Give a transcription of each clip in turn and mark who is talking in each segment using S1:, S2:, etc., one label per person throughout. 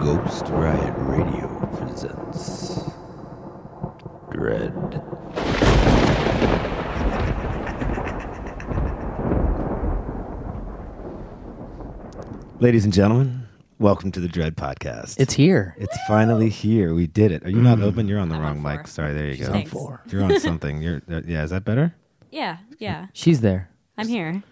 S1: Ghost Riot Radio presents Dread.
S2: Ladies and gentlemen, welcome to the Dread Podcast.
S3: It's here.
S2: It's finally here. We did it. Are you not open? You're on the wrong
S4: on
S2: mic.
S4: four.
S2: Sorry, there you go.
S4: on Thanks. four.
S2: You're on something. You're uh, yeah. Is that better?
S4: Yeah, yeah.
S3: She's there.
S4: I'm here.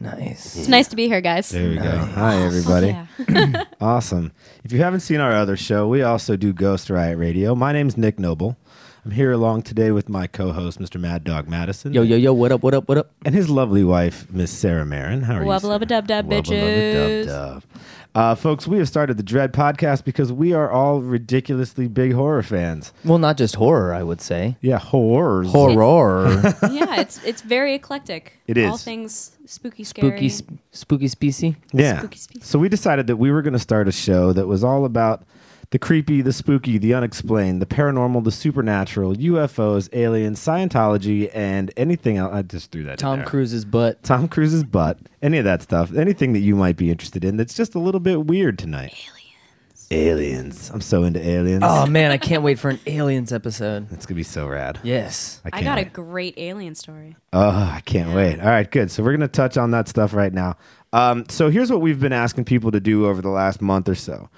S3: Nice.
S4: It's nice to be here, guys.
S2: There we go. Hi everybody.
S4: Yeah.
S2: Awesome. If you haven't seen our other show, we also do Ghost Riot Radio. My name's Nick Noble. I'm here along today with my co-host, Mr. Mad Dog Madison.
S3: Yo, yo, yo, what up, what up, what up?
S2: and his lovely wife, Miss Sarah Marin. How are
S4: Wubba
S2: you? Sarah?
S4: lubba dub dub,
S2: Wubba lubba
S4: bitches.
S2: dub dub. Uh, folks, we have started the Dread Podcast because we are all ridiculously big horror fans.
S3: Well, not just horror, I would say.
S2: Yeah, horrors.
S3: Horror.
S4: yeah, it's it's very eclectic.
S2: It is.
S4: all things spooky,
S3: spooky,
S4: scary.
S3: sp- spooky specie.
S2: Yeah.
S4: Spooky species.
S2: So we decided that we were going to start a show that was all about the creepy, the spooky, the unexplained, the paranormal, the supernatural, UFOs, aliens, Scientology, and anything else. I just threw that. in
S3: Tom
S2: there.
S3: Cruise's butt.
S2: Tom Cruise's butt, any of that stuff, anything that you might be interested in that's just a little bit weird tonight. Aliens. Aliens. I'm so into aliens.
S3: Oh, man, I can't wait for an Aliens episode.
S2: It's going to be so rad.
S3: Yes.
S2: I
S4: I
S2: can't
S4: got a
S2: wait.
S4: great alien story.
S2: Oh, I can't wait. All right, good. So we're going to touch on that stuff right now. Um, so here's what we've been asking people to do over the last month or so.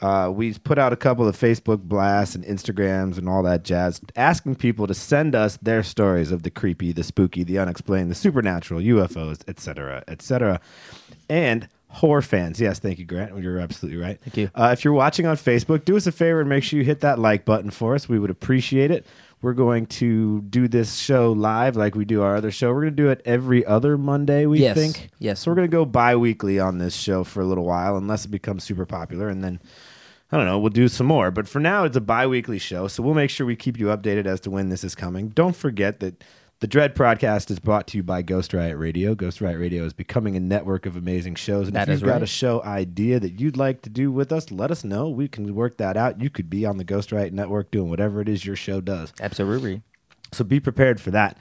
S2: Uh, we've put out a couple of Facebook blasts and Instagrams and all that jazz, asking people to send us their stories of the creepy, the spooky, the unexplained, the supernatural, UFOs, et cetera, et cetera. And horror fans, yes, thank you, Grant. You're absolutely right. Thank
S3: you.
S2: uh, if you're watching on Facebook, do us a favor and make sure you hit that like button for us. We would appreciate it. We're going to do this show live like we do our other show. We're going to do it every other Monday, we
S3: Yes.
S2: think.
S3: Yes.
S2: So we're going to go bi weekly on this show for a little while, unless it becomes super popular. And then, I don't know, we'll do some more. But for now, it's a bi weekly show. So we'll make sure we keep you updated as to when this is coming. Don't forget that. The Dread Podcast is brought to you by Ghost Riot Radio. Ghost Riot Radio is becoming a network of amazing shows. And
S3: That
S2: if you've
S3: is
S2: got
S3: right.
S2: a show idea that you'd like to do with us, let us know. We can work that out. You could be on the Ghost Riot Network doing whatever it is your show does.
S3: Absolutely.
S2: So be prepared for that.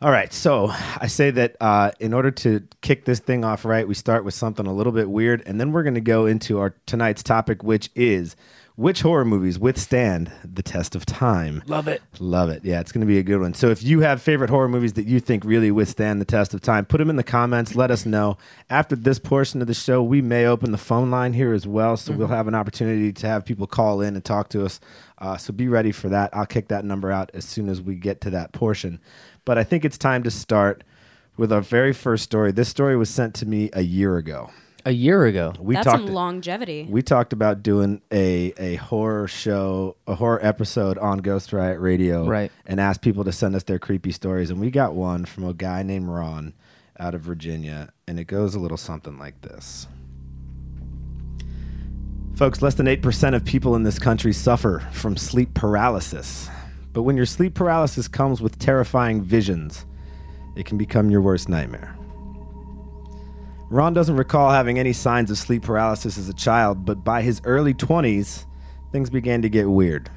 S2: All right. So I say that uh, in order to kick this thing off right, we start with something a little bit weird, and then we're going to go into our tonight's topic, which is which horror movies withstand the test of time.
S3: Love it.
S2: Love it. Yeah, it's going to be a good one. So if you have favorite horror movies that you think really withstand the test of time, put them in the comments. Let us know. After this portion of the show, we may open the phone line here as well. So we'll have an opportunity to have people call in and talk to us. Uh, so be ready for that. I'll kick that number out as soon as we get to that portion. But I think it's time to start with our very first story. This story was sent to me a year ago.
S3: A year ago.
S2: We
S4: That's
S2: talked
S4: some longevity.
S2: we talked about doing a, a horror show, a horror episode on Ghost Riot Radio,
S3: Right.
S2: And asked people to send us their creepy stories, and we got one from a guy named Ron out of Virginia, and it goes a little something like this. Folks, less than 8% of people in this country suffer from sleep paralysis. But when your sleep paralysis comes with terrifying visions, it can become your worst nightmare. Ron doesn't recall having any signs of sleep paralysis as a child, but by his early 20s, things began to get weird.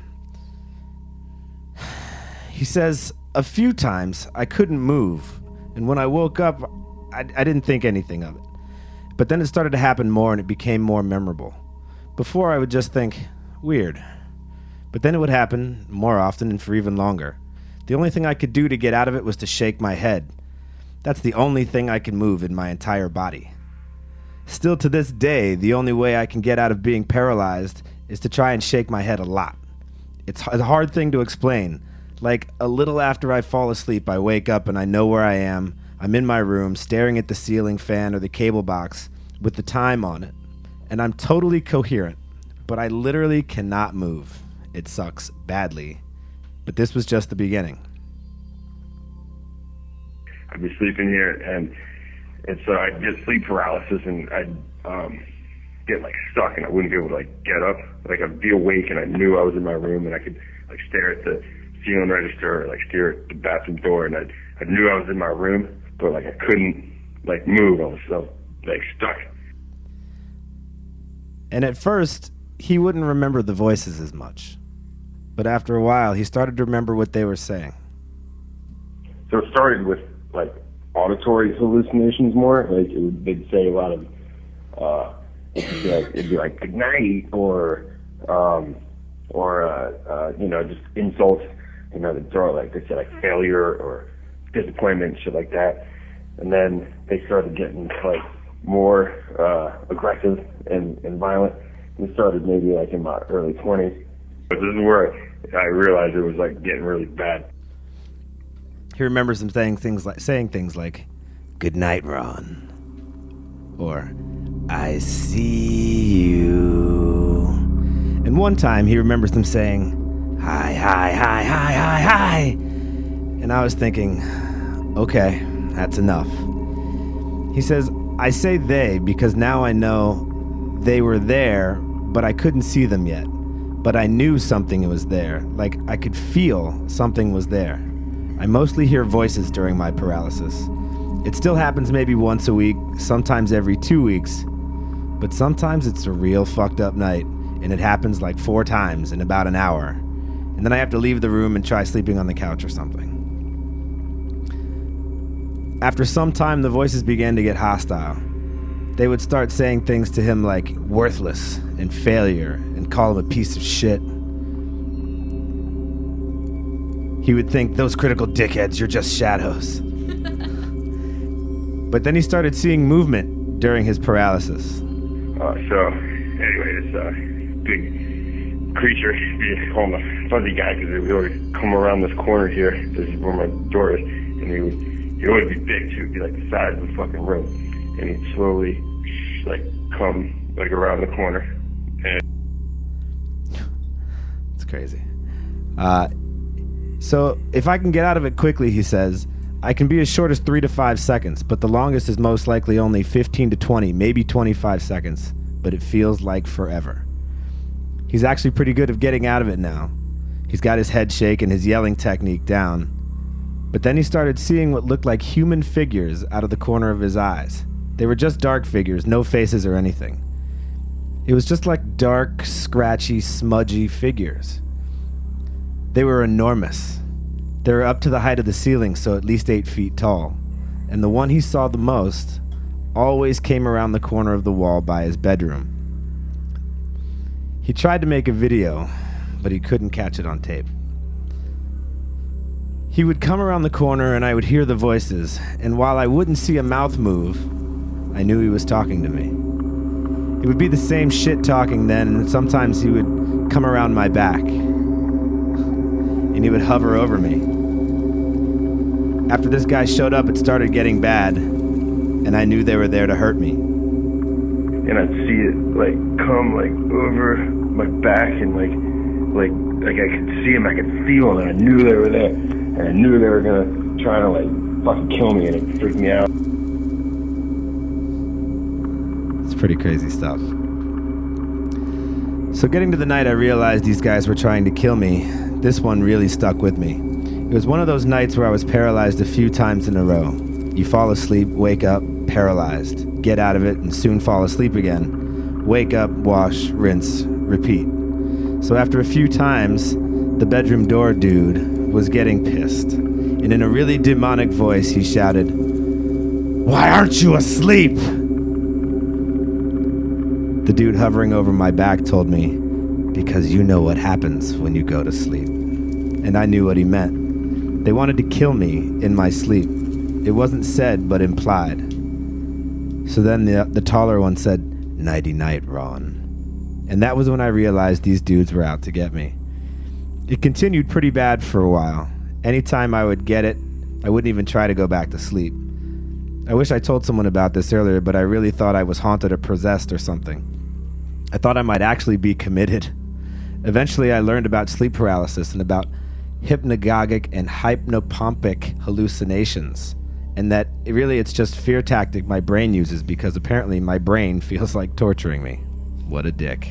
S2: He says, A few times I couldn't move, and when I woke up, I, I didn't think anything of it. But then it started to happen more and it became more memorable. Before, I would just think, weird. But then it would happen more often and for even longer. The only thing I could do to get out of it was to shake my head. That's the only thing I can move in my entire body. Still to this day, the only way I can get out of being paralyzed is to try and shake my head a lot. It's h- a hard thing to explain. Like a little after I fall asleep, I wake up and I know where I am. I'm in my room, staring at the ceiling fan or the cable box with the time on it. And I'm totally coherent, but I literally cannot move. It sucks badly. But this was just the beginning.
S5: I'd be sleeping here, and and so I'd get sleep paralysis, and I'd um, get like stuck, and I wouldn't be able to like get up. Like I'd be awake, and I knew I was in my room, and I could like stare at the ceiling register, or like stare at the bathroom door, and I would I knew I was in my room, but like I couldn't like move. I was so like stuck.
S2: And at first, he wouldn't remember the voices as much. But after a while, he started to remember what they were saying.
S5: So it started with like auditory hallucinations more. Like it would, they'd say a lot of, uh, it'd be like, it'd be like good night or um, or uh, uh, you know just insults, you know, they throw out, like they said like failure or disappointment, shit like that. And then they started getting like more uh, aggressive and, and violent. This started maybe like in my early 20s. But this is where I realized it was like getting really bad.
S2: He remembers him saying things like saying things like, "Good night, Ron," or "I see you." And one time, he remembers them saying, "Hi, hi, hi, hi, hi, hi," and I was thinking, "Okay, that's enough." He says, "I say they because now I know they were there, but I couldn't see them yet." But I knew something was there. Like, I could feel something was there. I mostly hear voices during my paralysis. It still happens maybe once a week, sometimes every two weeks, but sometimes it's a real fucked up night, and it happens like four times in about an hour. And then I have to leave the room and try sleeping on the couch or something. After some time, the voices began to get hostile. They would start saying things to him like worthless and failure and call him a piece of shit. He would think, those critical dickheads, you're just shadows. but then he started seeing movement during his paralysis.
S5: Uh, so, anyway, this uh, big creature, we call him a fuzzy guy because he would always come around this corner here. This is where my door is. And he would, he would be big too. He'd be like the size of the fucking room. And he'd slowly, like, come, like, around the corner. And
S2: It's crazy. Uh, so, if I can get out of it quickly, he says, I can be as short as three to five seconds, but the longest is most likely only 15 to 20, maybe 25 seconds, but it feels like forever. He's actually pretty good at getting out of it now. He's got his head shake and his yelling technique down. But then he started seeing what looked like human figures out of the corner of his eyes. They were just dark figures, no faces or anything. It was just like dark, scratchy, smudgy figures. They were enormous. They were up to the height of the ceiling, so at least eight feet tall. And the one he saw the most always came around the corner of the wall by his bedroom. He tried to make a video, but he couldn't catch it on tape. He would come around the corner and I would hear the voices, and while I wouldn't see a mouth move, I knew he was talking to me. It would be the same shit talking then, and sometimes he would come around my back and he would hover over me. After this guy showed up, it started getting bad, and I knew they were there to hurt me.
S5: and I'd see it like come like over my back and like like like I could see him, I could feel him, and I knew they were there, and I knew they were gonna try to like fucking kill me, and it freaked me out.
S2: It's pretty crazy stuff. So, getting to the night, I realized these guys were trying to kill me. This one really stuck with me. It was one of those nights where I was paralyzed a few times in a row. You fall asleep, wake up, paralyzed. Get out of it, and soon fall asleep again. Wake up, wash, rinse, repeat. So, after a few times, the bedroom door dude was getting pissed. And in a really demonic voice, he shouted, Why aren't you asleep? The dude hovering over my back told me, Because you know what happens when you go to sleep. And I knew what he meant. They wanted to kill me in my sleep. It wasn't said, but implied. So then the, the taller one said, Nighty night, Ron. And that was when I realized these dudes were out to get me. It continued pretty bad for a while. Anytime I would get it, I wouldn't even try to go back to sleep. I wish I told someone about this earlier, but I really thought I was haunted or possessed or something. I thought I might actually be committed. Eventually, I learned about sleep paralysis and about hypnagogic and hypnopompic hallucinations, and that it really it's just fear tactic my brain uses because apparently my brain feels like torturing me. What a dick.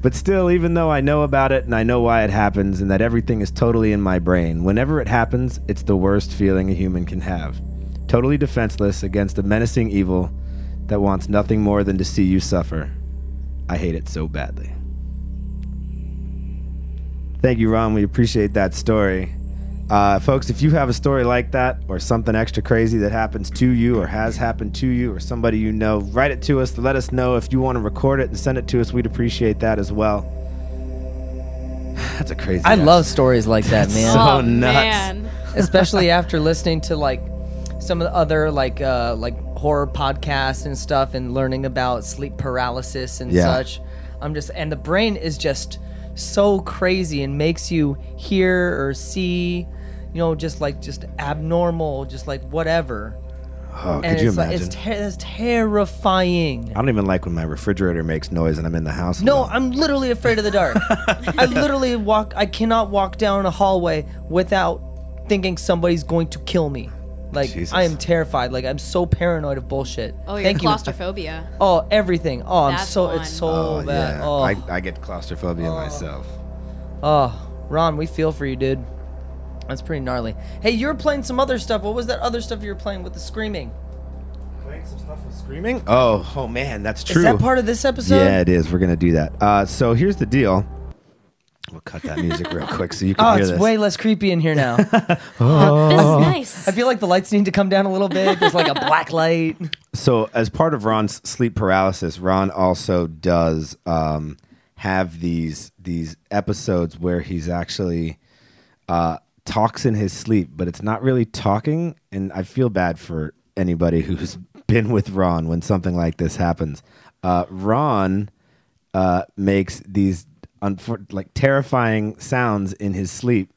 S2: But still, even though I know about it and I know why it happens and that everything is totally in my brain, whenever it happens, it's the worst feeling a human can have. Totally defenseless against a menacing evil that wants nothing more than to see you suffer. I hate it so badly. Thank you, Ron. We appreciate that story. Uh, folks, if you have a story like that or something extra crazy that happens to you or has happened to you or somebody you know, write it to us. Let us know if you want to record it and send it to us. We'd appreciate that as well. That's a crazy.
S3: I
S2: ass-
S3: love stories like that, man.
S2: so
S4: oh,
S2: nuts.
S4: Man.
S3: especially after listening to like some of the other like uh like horror podcasts and stuff and learning about sleep paralysis and
S2: Yeah.
S3: such i'm just and the brain is just so crazy and makes you hear or see you know just like just abnormal just like whatever
S2: Oh,
S3: and
S2: could you
S3: it's
S2: imagine?
S3: like it's, ter- it's terrifying
S2: I don't even like when my refrigerator makes noise and I'm in the house.
S3: no,
S2: alone.
S3: I'm literally afraid of the dark. I literally walk. I cannot walk down a hallway without thinking somebody's going to kill me. Like
S2: Jesus.
S3: I am terrified. Like I'm so paranoid of bullshit.
S4: Oh, your
S3: Thank you.
S4: claustrophobia.
S3: Oh, everything. Oh, I'm
S4: That's
S3: so
S4: one.
S3: it's so
S2: Oh,
S3: bad.
S2: yeah.
S3: Oh,
S2: I, I get claustrophobia myself.
S3: oh, Ron, we feel for you, dude. That's pretty gnarly. Hey, you were playing some other stuff. What was that other stuff you were playing with the screaming?
S2: Screaming? Oh, oh man, that's true.
S3: Is that part of this episode?
S2: yeah, it is. We're gonna do that. Uh, so here's the deal. We'll cut that music real quick so you can
S3: Oh,
S2: hear
S3: it's
S2: this.
S3: way less creepy in here now.
S4: This is nice.
S3: I feel like the lights need to come down a little bit. There's like a black light.
S2: So, as part of Ron's sleep paralysis, Ron also does um, have these these episodes where he's actually uh, talks in his sleep, but it's not really talking. And I feel bad for anybody who's been with Ron when something like this happens. Uh, Ron uh, makes these unfor- like terrifying sounds in his sleep.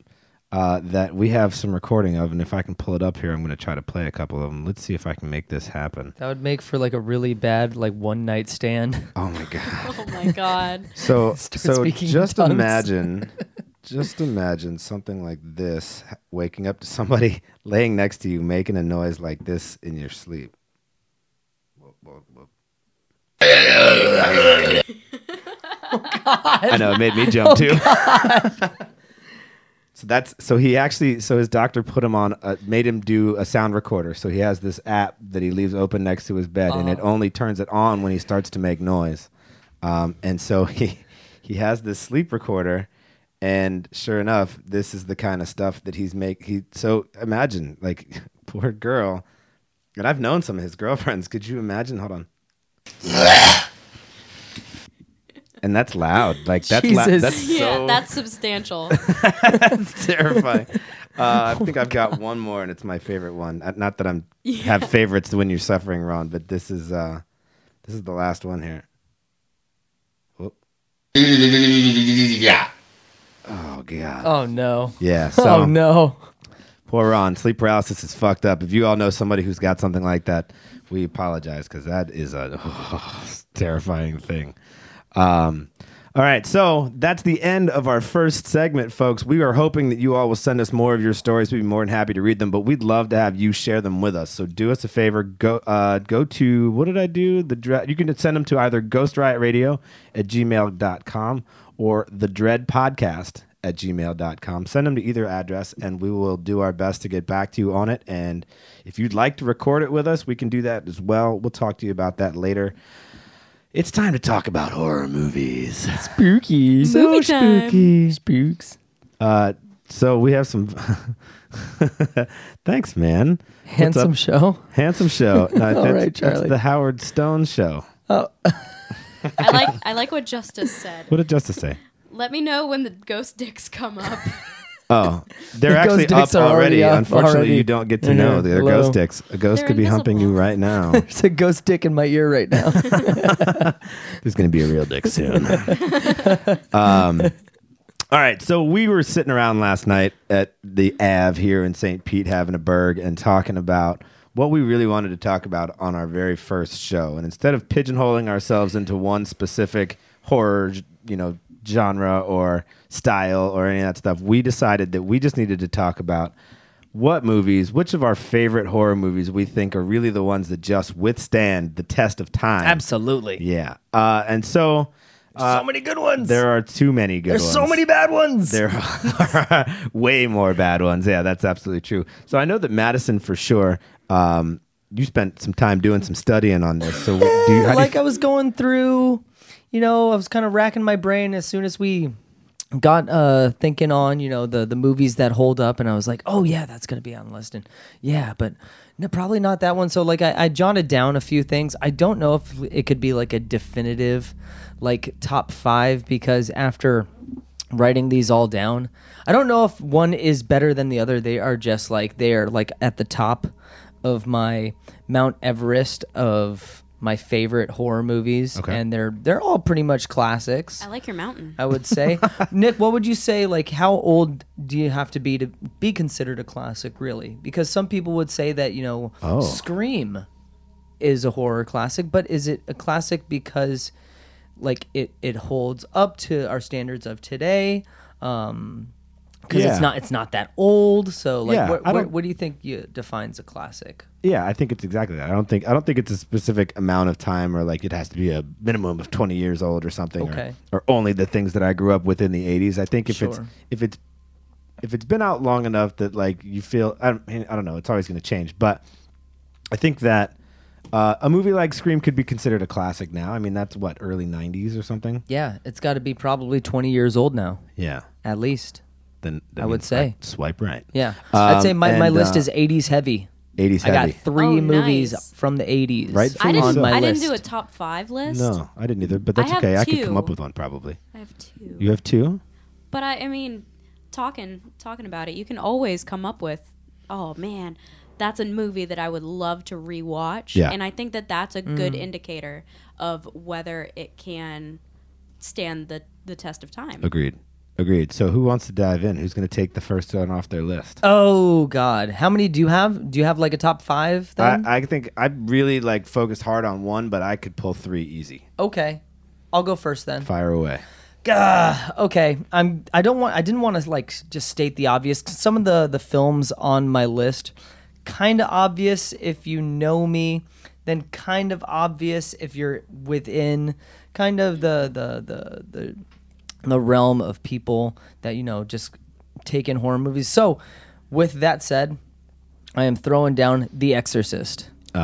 S2: Uh, that we have some recording of, and if I can pull it up here, I'm going to try to play a couple of them. Let's see if I can make this happen.
S3: That would make for like a really bad like one night stand.
S2: Oh my god!
S4: oh my god.
S2: So
S3: Start
S2: so
S3: speaking in
S2: just
S3: tongues.
S2: imagine, just imagine something like this: h- waking up to somebody laying next to you making a noise like this in your sleep. Whoop, whoop, whoop.
S3: Oh,
S2: I know it made me jump too. So that's so he actually so his doctor put him on uh, made him do a sound recorder. So he has this app that he leaves open next to his bed, and
S4: Oh.
S2: it only turns it on when he starts to make noise. Um, and so he he has this sleep recorder, and sure enough, this is the kind of stuff that he's make. He so imagine like poor girl, and I've known some of his girlfriends. Could you imagine? Hold on. And that's loud. Like that's loud.
S3: Jesus.
S2: That's
S4: Yeah,
S2: so
S4: that's substantial.
S2: it's terrifying. Uh,
S3: Oh
S2: I think I've got one more, and it's my favorite one. Uh, Not that I'm have favorites when you're suffering, Ron, but this is uh, this is the last one here. Whoop. Oh god.
S3: Oh no.
S2: Yeah. So
S3: oh no.
S2: poor Ron, sleep paralysis is fucked up. If you all know somebody who's got something like that, we apologize because that is a terrifying thing. Um, all right, so that's the end of our first segment, folks. We are hoping that you all will send us more of your stories. We'd be more than happy to read them, but we'd love to have you share them with us. So do us a favor. Go uh, go to, what did I do? The Dread. You can send them to either Ghost Riot Radio at gmail.com or The Dread Podcast at gmail.com. Send them to either address, and we will do our best to get back to you on it. And if you'd like to record it with us, we can do that as well. We'll talk to you about that later. It's time to talk about horror movies.
S3: Spooky.
S4: Movie time.
S3: Spooks.
S2: Uh, so we have some. Thanks, man. What's
S3: Handsome
S2: up?
S3: show.
S2: handsome show. No,
S3: All
S2: that's-
S3: right, Charlie.
S2: That's the Howard Stone show.
S4: I like I like what Justice said.
S2: What did Justice say?
S4: Let me know when the ghost dicks come up.
S2: Oh, they're
S3: The ghost
S2: actually up
S3: dicks are
S2: already.
S3: already up
S2: Unfortunately,
S3: already.
S2: you don't get to
S3: Mhm.
S2: know they're
S3: Hello.
S2: ghost dicks. A ghost
S4: They're
S2: could be humping you
S4: invisible.
S2: right now.
S3: There's a ghost dick in my ear right now.
S2: There's going to be a real dick soon. um, all right, so we were sitting around last night at the Ave here in St. Pete, having a burg and talking about what we really wanted to talk about on our very first show. And instead of pigeonholing ourselves into one specific horror, you know, genre or style or any of that stuff, we decided that we just needed to talk about what movies, which of our favorite horror movies we think are really the ones that just withstand the test of time.
S3: Absolutely.
S2: Yeah. Uh, and so
S3: so many good ones.
S2: Uh, there are too many good
S3: There's
S2: ones.
S3: so many bad ones.
S2: There are way more bad ones. Yeah, that's absolutely true. So I know that Madison, for sure, um, you spent some time doing some studying on this. So do you, how do you
S3: like I was going through, you know, I was kind of racking my brain as soon as we got uh thinking on you know the the movies that hold up and i was like oh yeah that's gonna be on the list and yeah but no, probably not that one so like I, I jotted down a few things i don't know if it could be like a definitive like top five because after writing these all down i don't know if one is better than the other they are just like they are like at the top of my mount everest of my favorite horror movies
S2: Okay.
S3: and they're they're all pretty much classics
S4: I like your mountain.
S3: I would say. Nick, what would you say? Like, how old do you have to be to be considered a classic, really? Because some people would say that you know,
S2: Oh.
S3: Scream is a horror classic, but is it a classic because like it it holds up to our standards of today? Um because
S2: Yeah.
S3: it's not it's not that old, so like,
S2: Yeah,
S3: what,
S2: I
S3: what,
S2: don't-
S3: what do you think you, defines a classic?
S2: Yeah, I think it's exactly that. I don't think I don't think it's a specific amount of time or like it has to be a minimum of 20 years old or something or-
S3: Okay.
S2: or, only the things that I grew up with in the 80s. I think if it's
S3: Sure.
S2: if it's if it's been out long enough that like you feel I don't, I don't know, it's always going to change, but I think that uh, a movie like Scream could be considered a classic now. I mean, that's what early 90s or something.
S3: Yeah, it's got to be probably twenty years old now,
S2: Yeah.
S3: at least.
S2: Then, then
S3: I would say.
S2: swipe right.
S3: Yeah, I'd say
S2: Um,
S3: my, my
S2: and,
S3: list
S2: uh,
S3: is '80s heavy.
S2: 80s
S3: I
S2: heavy.
S3: got three
S4: Oh,
S3: movies
S4: nice.
S3: from the 80s
S2: Right
S4: I
S2: on
S4: didn't.
S2: my
S4: I didn't do a top five list.
S2: no, I didn't either, but
S4: I
S2: that's
S4: have
S2: okay. I could come
S4: two.
S2: up with one probably.
S4: I have two.
S2: You have two?
S4: But I, I mean, talking talking about it, you can always come up with, oh man, that's a movie that I would love to rewatch.
S2: Yeah.
S4: And I think that that's a good indicator of whether it can stand the the test of time.
S2: Agreed. Agreed. So who wants to dive in? Who's going to take the first one off their list?
S3: Oh God, how many do you have? Do you have like a top five? Then
S2: I, I think I really like focused hard on one, but I could pull three easy.
S3: okay, I'll go first then.
S2: Fire away.
S3: Gah, okay, I'm. I don't want. I didn't want to like just state the obvious. 'cause some of the the films on my list, kind of obvious if you know me, then kind of obvious if you're within kind of the the the the the realm of people that you know just take in horror movies. So, with that said, I am throwing down The Exorcist.
S4: Oh,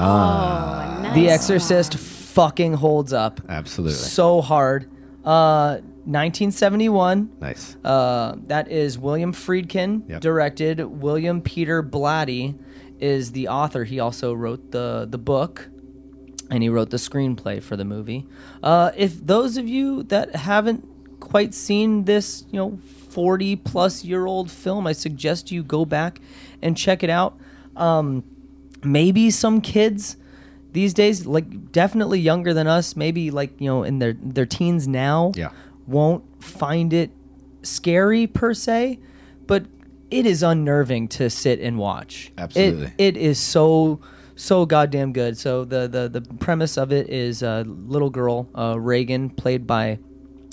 S3: The Exorcist fucking holds up
S2: Absolutely.
S3: so hard. Uh, 1971.
S2: nice.
S3: Uh, that is William Friedkin
S2: Yep.
S3: directed. William Peter Blatty is the author. He also wrote the the book, and he wrote the screenplay for the movie. Uh, if those of you that haven't quite seen this, you know, forty plus year old film, I suggest you go back and check it out. Um, maybe some kids these days, like definitely younger than us, maybe like you know in their their teens now,
S2: Yeah.
S3: won't find it scary per se, but it is unnerving to sit and watch. It-
S2: Absolutely.
S3: it is so so goddamn good. So the the the premise of it is a little girl uh, Reagan, played by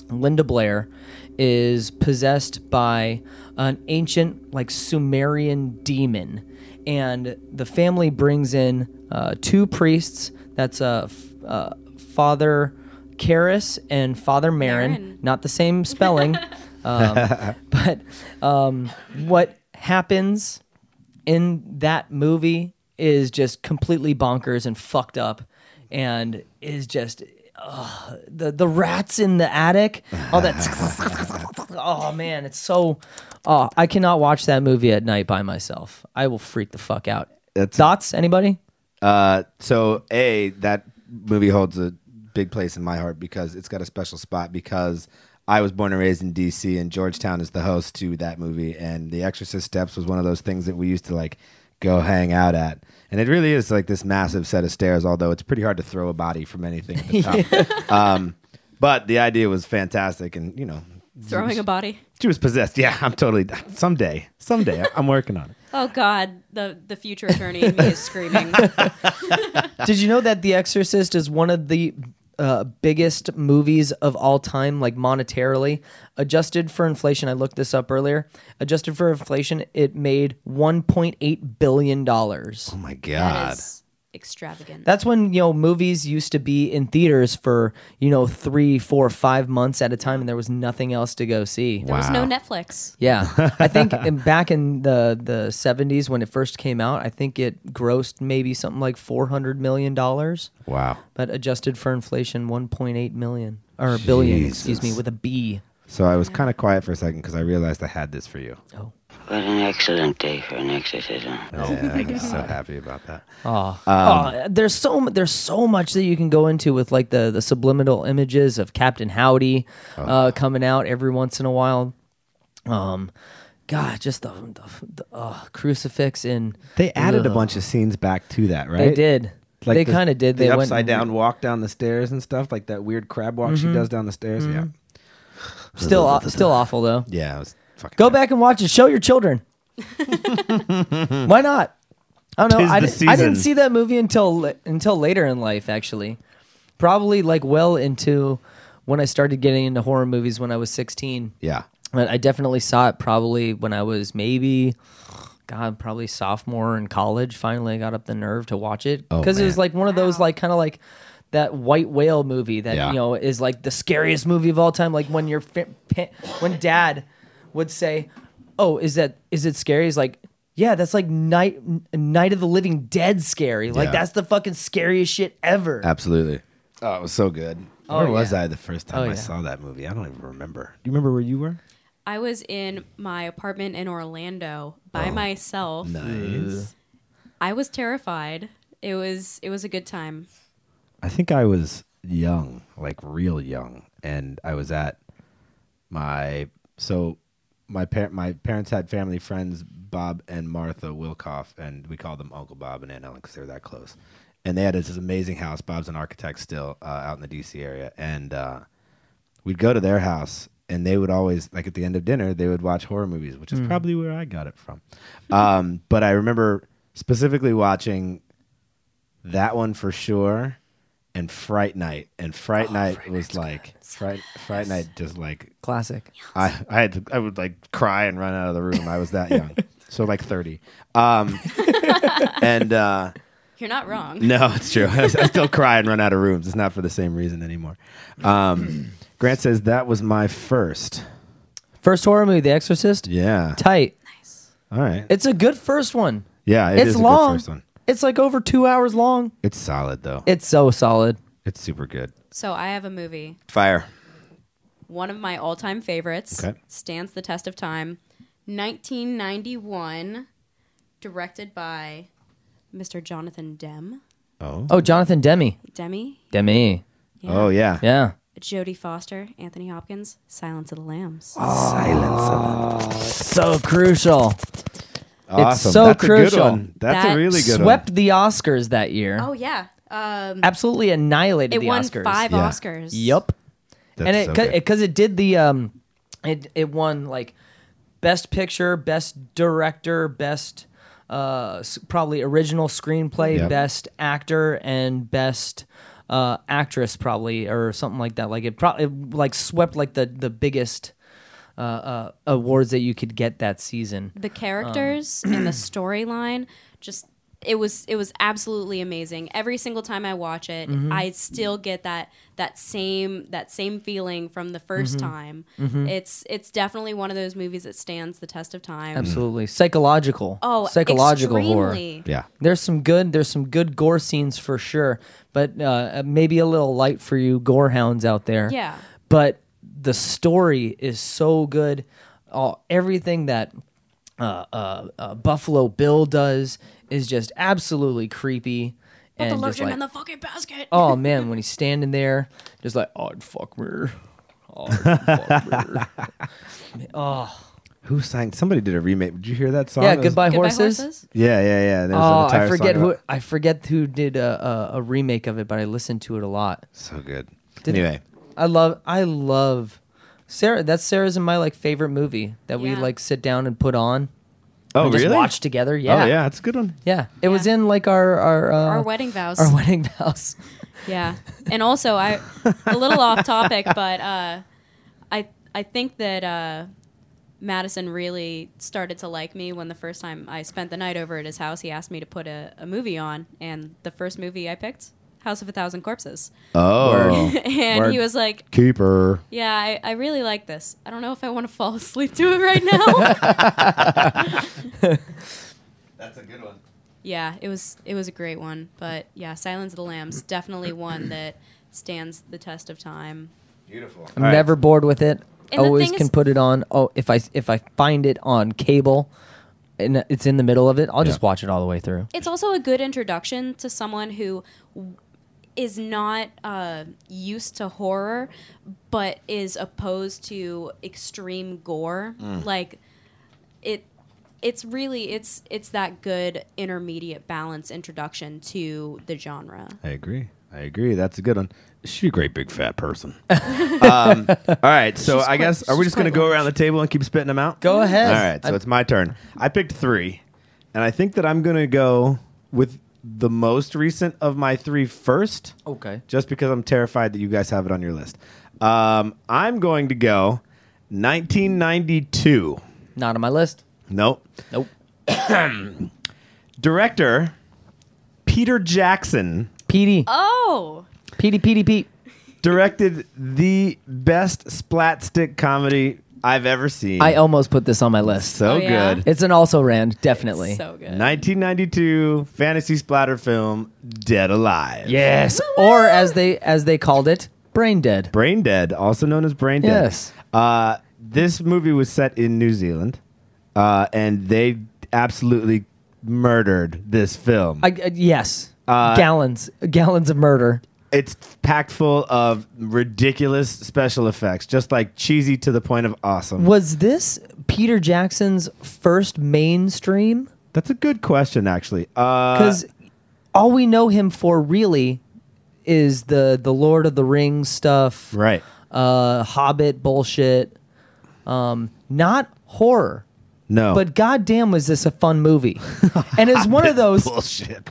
S3: Linda Blair, is possessed by an ancient like Sumerian demon, and the family brings in uh, two priests. That's uh, f- uh, Father Karras and Father Marin.
S4: Marin.
S3: Not the same spelling, um, but um, what happens in that movie is just completely bonkers and fucked up and is just ugh, the the rats in the attic all that oh man it's so oh i cannot watch that movie at night by myself i will freak the fuck out
S2: That's-
S3: thoughts anybody
S2: Uh, so a that movie holds a big place in my heart because it's got a special spot because I was born and raised in D.C. and Georgetown is the host to that movie and The Exorcist Steps was one of those things that we used to like go hang out at and it really is like this massive set of stairs although it's pretty hard to throw a body from anything at the top. um, but the idea was fantastic and you know
S4: Throwing a body.
S2: she was possessed yeah I'm totally someday someday I'm working on it.
S4: Oh God, the the future attorney in me is screaming.
S3: Did you know that The Exorcist is one of the uh, biggest movies of all time, like monetarily? Adjusted for inflation, I looked this up earlier. Adjusted for inflation, it made $1.8 billion.
S2: Oh my
S4: That
S2: god.
S4: is extravagant.
S3: That's when, you know, movies used to be in theaters for, you know, three, four, five months at a time and there was nothing else to go see.
S4: there was no Netflix.
S3: Yeah, I think in, back in the the seventies when it first came out, I think it grossed maybe something like four hundred million dollars.
S2: Wow.
S3: but adjusted for inflation, 1.8 million or a billion, excuse me,
S2: Jesus.
S3: with a B.
S2: So I was kind of quiet for a second because I realized I had this for you.
S3: Oh,
S6: What an excellent day for an exorcism.
S2: Yeah, I'm so happy about that.
S3: Oh, there's so mu- there's so much that you can go into with like the the subliminal images of Captain Howdy uh, coming out every once in a while. Um, God, just the, the, the uh, crucifix in
S2: They added a bunch of scenes back to that, right?
S3: they did they
S2: the-
S3: kind of did
S2: the
S3: they went
S2: upside down walk down the stairs and stuff, like that weird crab walk
S3: Mm-hmm.
S2: she does down the stairs. Yeah,
S3: still aw- still awful though.
S2: yeah, it was fucking.
S3: Go back and watch it. Show your children. Why not? I don't know.
S2: Tis
S3: I,
S2: the
S3: di- I didn't
S2: season.
S3: see that movie until la- until later in life, actually. Probably like well into when I started getting into horror movies when I was 16.
S2: Yeah,
S3: But I definitely saw it probably when I was maybe, God, probably sophomore in college. Finally, I got up the nerve to watch it
S2: Oh,
S3: because it was
S2: man.
S3: like one of those like kind of like that white whale movie that
S2: Yeah.
S3: you know is like the scariest movie of all time. Like when your fa- pa- when dad would say, "Oh, is that is it scary?" He's like. Yeah, that's like night n- night of the living dead scary. Like
S2: Yeah.
S3: that's the fucking scariest shit ever.
S2: absolutely. Oh, it was so good.
S3: Oh,
S2: Where was
S3: yeah.
S2: I the first time
S3: Oh,
S2: I
S3: yeah.
S2: saw that movie? I don't even remember. Do you remember where you were?
S4: I was in my apartment in Orlando by myself.
S2: Oh, Nice.
S4: I was terrified. It was it was a good time.
S2: I think I was young, like real young, and I was at my so my par- my parents had family friends Bob and Martha Wilkoff, and we called them Uncle Bob and Aunt Ellen because they were that close. And they had this amazing house. Bob's an architect still uh, out in the D.C. area, and uh, we'd go to their house, and they would always like at the end of dinner they would watch horror movies, which is probably where I got it from. um, but I remember specifically watching that one for sure and fright night and Oh, fright night was like fright fright night just like
S3: Classic.
S2: i i had to, i would like cry and run out of the room i was that young so like 30 um and uh
S4: You're not wrong.
S2: no, it's true. I, I still cry and run out of rooms. It's not for the same reason anymore. Um, Grant says that was my first.
S3: First horror movie, The Exorcist.
S2: Yeah.
S3: Tight.
S2: All right.
S3: It's a good first one.
S2: yeah, Uh, it
S3: it's
S2: is
S3: long.
S2: a good first one.
S3: It's like over two hours long.
S2: It's solid though.
S3: It's so solid.
S2: it's super good.
S4: So I have a movie.
S2: Fire.
S4: One of my all-time favorites.
S2: Okay.
S4: Stands the test of time. 1991 directed by Mr. Jonathan Demme.
S2: Oh.
S3: Oh, Jonathan Demi.
S4: Demi?
S3: Demi.
S2: Oh yeah.
S3: Yeah.
S4: Jodie Foster, Anthony Hopkins, Silence of the Lambs.
S2: Ah. Silence of the
S3: So crucial.
S2: Awesome.
S3: so
S2: That's
S3: crucial.
S2: A good one. That's a
S4: That
S2: really good
S3: Swept the Oscars that year.
S4: Oh yeah. Um
S3: Absolutely annihilated
S4: it
S3: the
S4: won
S3: Oscars.
S4: 5
S2: Yeah.
S4: Oscars.
S3: Yep.
S2: one.
S3: and
S2: That's
S3: it
S2: so
S3: because
S2: good.
S3: it, 'cause it did the um, it it won like best picture, best director, best uh s- probably original screenplay,
S2: Yep.
S3: best actor, and best uh actress probably or something like that. Like it probably like swept like the the biggest uh, uh awards that you could get that
S2: Mm.
S3: season.
S4: the characters
S3: Um,
S4: and the storyline just it was it was absolutely amazing every single time i watch it
S3: Mm-hmm.
S4: i still get that that same that same feeling from the 1st
S3: Mm-hmm.
S4: time it's it's definitely one of those movies that stands the test of time
S3: Absolutely psychological.
S4: oh
S3: psychological horror.
S4: extremely.
S2: yeah.
S3: There's some good. There's some good gore scenes for sure, but uh, maybe a little light for you gore hounds out there.
S4: Yeah.
S3: But the story is so good. All everything that uh, uh, uh, Buffalo Bill does is just absolutely creepy.
S4: put the
S3: and just
S4: lotion
S3: like,
S4: in the fucking basket
S3: oh man, when he's standing there, just like oh fuck me, oh fuck me.
S2: Who sang? Somebody did a remake. Did you hear that song?
S3: yeah,
S2: It was-
S3: goodbye,
S4: Goodbye,
S3: horses.
S2: Yeah, yeah, yeah. There's
S3: Oh,
S2: an entire
S3: I forget
S2: song
S3: who
S2: about-
S3: I forget who did a, a, a remake of it, but I listened to it a lot.
S2: So good.
S3: Did-
S2: anyway,
S3: I love I love Sarah. That's Sarah's and my like favorite movie that we
S4: Yeah.
S3: like sit down and put on.
S2: oh
S3: and
S2: really?
S3: Just watch together. Yeah.
S2: Oh yeah, it's a good one.
S3: Yeah. It was in like our our uh,
S4: our wedding vows
S3: our wedding vows.
S4: Yeah, and also I a little off topic, but uh, I I think that uh, Madison really started to like me when the first time I spent the night over at his house, he asked me to put a, a movie on, and the first movie I picked, House of a Thousand Corpses,
S2: Oh,
S4: and
S2: Word.
S4: he was like.
S2: Keeper.
S4: Yeah, I, I really like this. I don't know if I want to fall asleep to it right now.
S2: That's a good one.
S4: yeah, it was it was a great one, but yeah, Silence of the Lambs definitely one that stands the test of time.
S2: Beautiful.
S3: I'm never bored with it.
S4: and the
S3: always
S4: thing
S3: can
S4: is-
S3: put it on. Oh, if I if I find it on cable, and it's in the middle of it, I'll just watch it all the way through.
S4: it's also a good introduction to someone who w- is not uh, used to horror but is opposed to extreme gore like it it's really it's it's that good intermediate balance introduction to the genre
S2: I agree. I agree. That's a good one. She's a great big fat person. um, all right. So I guess are we just going to go around the table and keep spitting them out?
S3: Go
S2: All
S3: ahead.
S2: right. So
S3: I-
S2: it's my turn. I picked three, and I think that I'm going to go with the most recent of my three first.
S3: Okay.
S2: Just because I'm terrified that you guys have it on your list. Um, I'm going to go 1992.
S3: Not on my list.
S2: Nope.
S3: Nope.
S2: Director Peter Jackson.
S3: PD.
S4: oh
S3: PD. PD. Pete.
S2: directed the best splatstick comedy I've ever seen.
S3: I almost put this on my list.
S2: so
S4: Oh, yeah?
S2: good.
S3: It's an also rand, definitely.
S4: so good
S2: 1992 fantasy splatter film Dead Alive.
S3: yes. Or as they as they called it, brain dead.
S2: Brain Dead, also known as Brain Dead.
S3: Yes.
S2: Uh, this movie was set in New Zealand, uh, and they absolutely murdered this film.
S3: I, uh, yes. gallons, gallons of murder.
S2: it's packed full of ridiculous special effects, just like cheesy to the point of awesome.
S3: Was this Peter Jackson's first mainstream?
S2: That's a good question, actually. Uh,
S3: Because all we know him for really is the the Lord of the Rings stuff,
S2: right.
S3: uh, Hobbit bullshit, um, not horror.
S2: No.
S3: But goddamn, was this a fun movie? And it's one of those
S2: bullshit.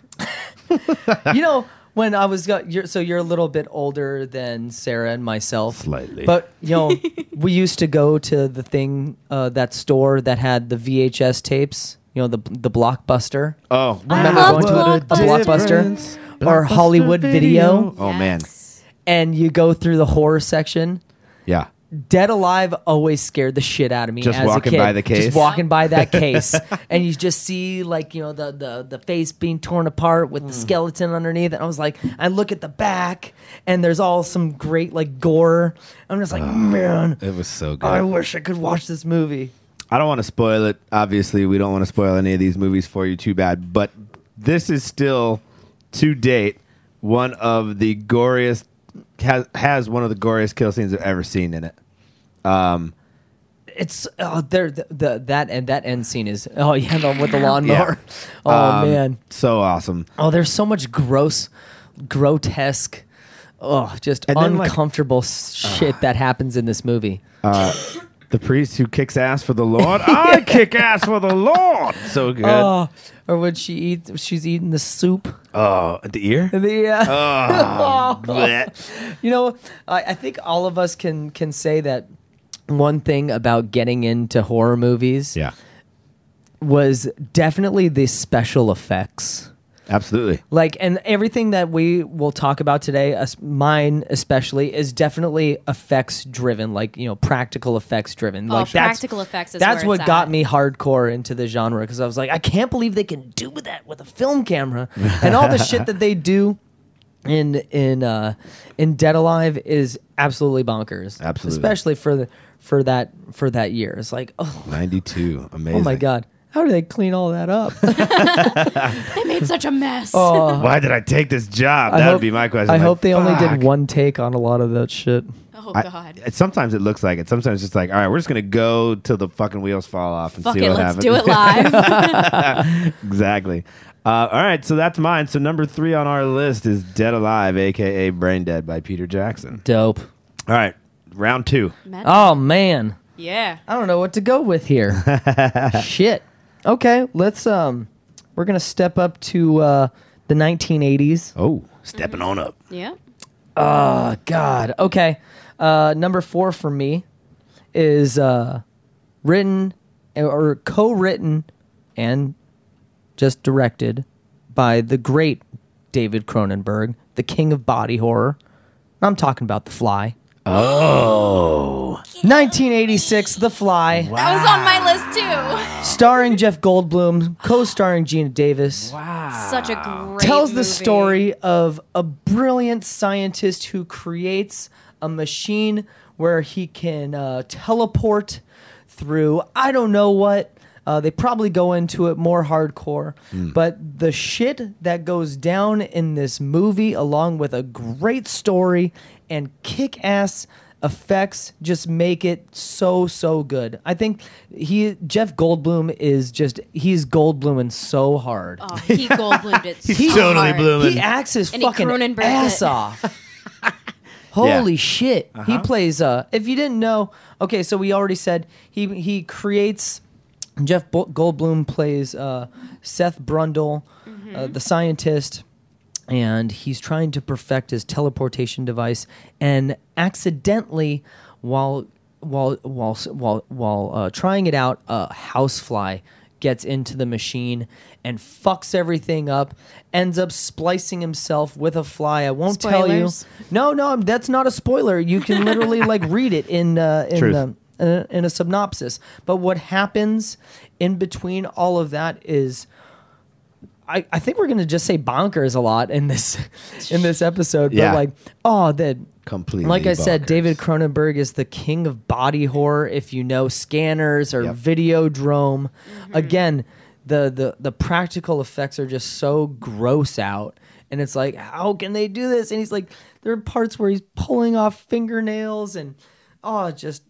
S3: you know when I was got you're, so you're a little bit older than Sarah and myself,
S2: Slightly.
S3: But you know, we used to go to the thing uh, that store that had the VHS tapes. You know the the blockbuster.
S2: Oh,
S4: Remember
S3: Remember
S4: love
S3: going to the
S4: Blockbuster.
S3: blockbuster or Hollywood Video,
S2: Oh man,
S4: Yes.
S3: and you go through the horror section.
S2: yeah.
S3: Dead Alive always scared the shit out of me.
S2: Just
S3: as
S2: walking
S3: a kid.
S2: by the case?
S3: just walking by that case, and you just see like you know the the the face being torn apart with the skeleton underneath. And I was like, I look at the back, and there's all some great like gore. I'm just like, man,
S2: It was so good.
S3: I
S2: I,
S3: wish I could watch this movie.
S2: don't want to spoil it. Obviously, we don't want to spoil any of these movies for you too bad, but this is still to date one of the goriest has, has one of the goriest kill scenes I've ever seen in it.
S3: It's oh, there the, the that and that end scene is oh yeah the, with the lawnmower. Oh
S2: Um,
S3: man,
S2: so awesome.
S3: oh there's so much gross, grotesque. Oh, just
S2: And then, like-
S3: uncomfortable s shit that happens in this movie.
S2: The priest who kicks ass for the Lord. I kick ass for the Lord. So good.
S3: Oh, or when she eats, she's eating the soup.
S2: oh, at the ear.
S3: The, uh,
S2: Blech.
S3: you know, I, I think all of us can can say that one thing about getting into horror movies
S2: yeah,
S3: was definitely the special effects.
S2: absolutely.
S3: Like, and everything that we will talk about today, us, mine especially, is definitely effects driven, like, you know, practical effects driven.
S4: Oh,
S3: like, that's-
S4: practical effects is
S3: That's
S4: where
S3: what
S4: it's
S3: got
S4: at.
S3: me hardcore into the genre because I was like, I can't believe they can do that with a film camera. and all the shit that they do in in uh in Dead Alive is absolutely bonkers.
S2: Absolutely.
S3: Especially for the for that for that year. It's like, oh,
S2: Ninety-two. Amazing.
S3: oh my god. How do they clean all that up?
S4: they made such a mess
S2: Why did I take this job?
S3: I
S2: That
S3: hope-
S2: would be my question.
S3: I
S2: Like,
S3: hope they only
S2: fuck.
S3: did one take on a lot of that shit.
S4: oh
S2: I-
S4: god
S2: it- sometimes it looks like it. Sometimes it's like, all right, we're just gonna go till the fucking wheels fall off and
S4: fuck
S2: see
S4: it
S2: what
S4: let's
S2: happens.
S4: do it live
S2: exactly. Uh, all right, so that's mine. So number three on our list is Dead Alive, aka Brain Dead by Peter Jackson.
S3: Dope.
S2: All right, round two.
S3: Oh man.
S4: yeah
S3: I don't know what to go with here. Shit. Okay, let's um we're going to step up to uh the 1980s.
S2: Oh, stepping on up.
S4: yeah
S3: Oh god. Okay. Uh number 4 for me is uh written or co-written and just directed by the great David Cronenberg, the king of body horror. I'm talking about The Fly.
S2: Oh,
S3: 1986, The Fly.
S4: that was on my list too
S3: starring Jeff Goldblum, co-starring Gina Davis,
S4: such a great
S3: tells the
S4: movie.
S3: story of a brilliant scientist who creates a machine where he can uh, teleport through I don't know what. Uh, they probably go into it more hardcore. But the shit that goes down in this movie, along with a great story and kick ass effects, just make it so, so good. I think he Jeff Goldblum is just, he's Goldbluming so hard.
S4: Oh, he Goldblumed it.
S3: He-
S4: so
S7: totally
S4: hard.
S7: blew
S3: He acts his
S4: And he
S3: fucking
S4: Cronenberg'd
S3: ass
S4: it.
S3: off. Holy shit! He plays. Uh, if you didn't know, okay, so we already said he he creates. Jeff Bo- Goldblum plays uh, Seth Brundle, uh, the scientist, and he's trying to perfect his teleportation device, and accidentally, while while while while while uh, trying it out, a housefly gets into the machine and fucks everything up. Ends up splicing himself with a fly. I won't
S4: Spoilers.
S3: tell you. No, no, I'm- that's not a spoiler. You can literally like read it in uh, in
S2: Truth.
S3: the uh, in a synopsis. But what happens in between all of that is. I, I think we're gonna just say bonkers a lot in this in this episode,
S2: Yeah.
S3: but like oh that
S1: Completely
S3: like I said,
S1: bonkers.
S3: David Cronenberg is the king of body horror. If you know scanners or
S2: Yep.
S3: Videodrome, again the the the practical effects are just so gross out, and it's like how can they do this? And he's like there are parts where he's pulling off fingernails and oh just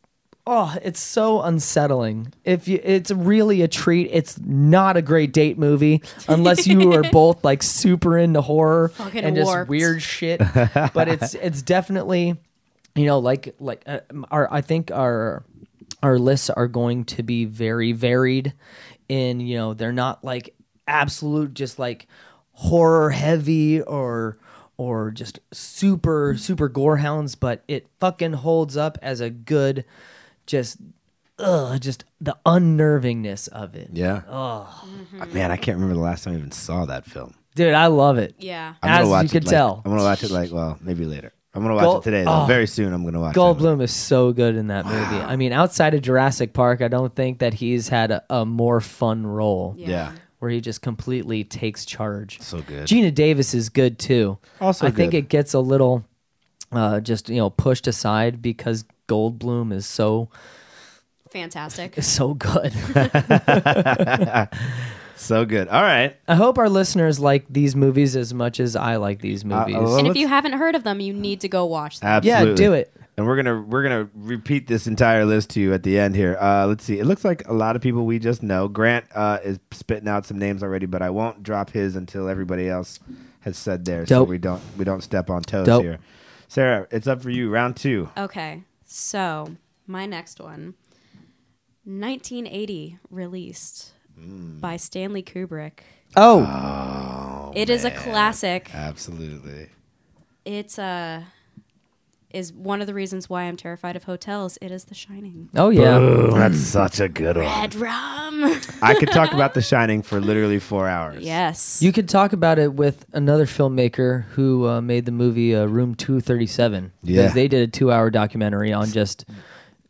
S3: Oh, it's so unsettling. If you, it's really a treat. It's not a great date movie unless you are both like super into horror
S4: Fucking
S3: and just
S4: warped.
S3: weird shit. but it's it's definitely, you know, like like uh, our I think our our lists are going to be very varied. In you know, they're not like absolute just like horror heavy or or just super super gore hounds, but it fucking holds up as a good just ugh, just the unnervingness of it.
S2: Yeah. Oh. Man, I can't remember the last time I even saw that film.
S3: Dude, I love it.
S4: Yeah.
S2: I'm gonna
S3: As
S2: watch
S3: you
S2: it,
S3: could
S2: like-
S3: tell.
S2: I'm gonna watch it like well, maybe later. I'm gonna watch
S3: Gold-
S2: it today though.
S3: oh.
S2: Very soon I'm gonna watch it.
S3: Goldblum is so good in that movie. I mean, outside of Jurassic Park, I don't think that he's had a, a more fun role
S4: Yeah.
S2: Yeah.
S3: where he just completely takes charge.
S2: So good.
S3: Gina Davis is good too.
S2: Also
S3: I think
S2: good.
S3: it gets a little uh, just you know pushed aside because Goldblum is so
S4: Fantastic.
S3: is so good.
S2: So good. All right.
S3: I hope our listeners like these movies as much as I like these movies.
S2: love
S4: and
S2: Well,
S4: if you haven't heard of them, you need to go watch them.
S2: Absolutely.
S3: do it.
S2: And we're gonna we're gonna repeat this entire list to you at the end here. Uh, let's see. It looks like a lot of people we just know. Grant uh, is spitting out some names already, but I won't drop his until everybody else has said theirs, so
S3: Dope.
S2: we don't we don't step on toes
S3: Dope.
S2: here. Sarah, it's up for you. Round two.
S4: Okay. So, my next one 1980 released by Stanley Kubrick.
S3: oh,
S2: Uh,
S4: It is a classic.
S2: Absolutely.
S4: It's uh is one of the reasons why I'm terrified of hotels. It is The Shining.
S3: oh yeah.
S2: that's such a good one.
S4: Ed Rum.
S2: I could talk about The Shining for literally four hours.
S4: yes.
S3: You could talk about it with another filmmaker who uh, made the movie uh, Room 237. 'cause
S2: Yeah.
S3: They did a two hour documentary on just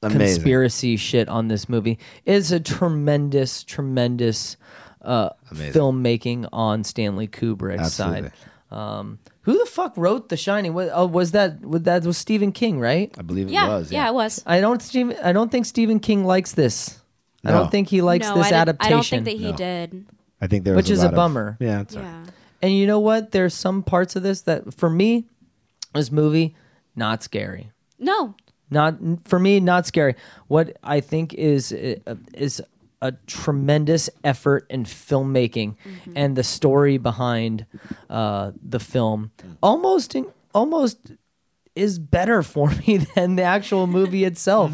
S2: Amazing.
S3: conspiracy shit on this movie. It's a tremendous, tremendous uh, filmmaking on Stanley Kubrick's side. Um, who the fuck wrote The Shining? Was, oh, was that was that was Stephen King, right?
S2: I believe it
S4: yeah,
S2: was.
S4: yeah, it was.
S3: I don't Stephen, I don't think Stephen King likes this. I
S2: No.
S3: don't think he likes
S4: no,
S3: this
S4: I, did-
S3: adaptation.
S4: I don't think that he did.
S2: I think there was
S3: Which is a
S2: lot of-
S3: bummer.
S2: yeah, it's all right.
S4: Yeah.
S3: And you know what? There's some parts of this that, for me, this movie, not scary.
S4: No.
S3: Not for me, not scary. What I think is uh, is a tremendous effort in filmmaking and the story behind uh, the film. Almost, in, almost is better for me than the actual movie itself.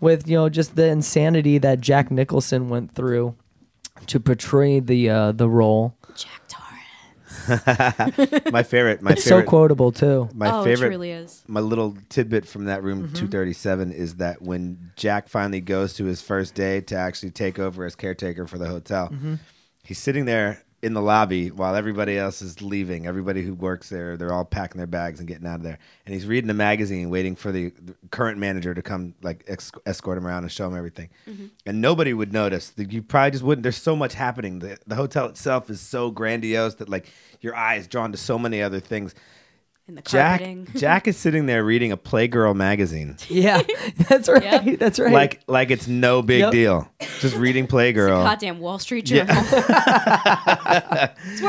S3: With you know just the insanity that Jack Nicholson went through to portray the uh, the role.
S4: Jack Torrance.
S2: My favorite. My
S3: It's so
S2: favorite.
S3: quotable too.
S2: My
S4: oh,
S2: favorite.
S4: it truly is.
S2: my little tidbit from that room 237 is that when Jack finally goes to his first day to actually take over as caretaker for the hotel, he's sitting there in the lobby while everybody else is leaving. Everybody who works there, they're all packing their bags and getting out of there. And he's reading a magazine, waiting for the, the current manager to come, like ex- escort him around and show him everything. And nobody would notice. You probably just wouldn't. There's so much happening. The, the hotel itself is so grandiose that like your eye is drawn to so many other things
S4: in the
S2: Jack
S4: carpeting.
S2: Jack is sitting there reading a Playgirl magazine.
S3: Yeah, that's right. That's right.
S2: Like like it's no big
S3: Yep.
S2: deal. Just reading Playgirl.
S4: Goddamn Wall Street Journal. it's where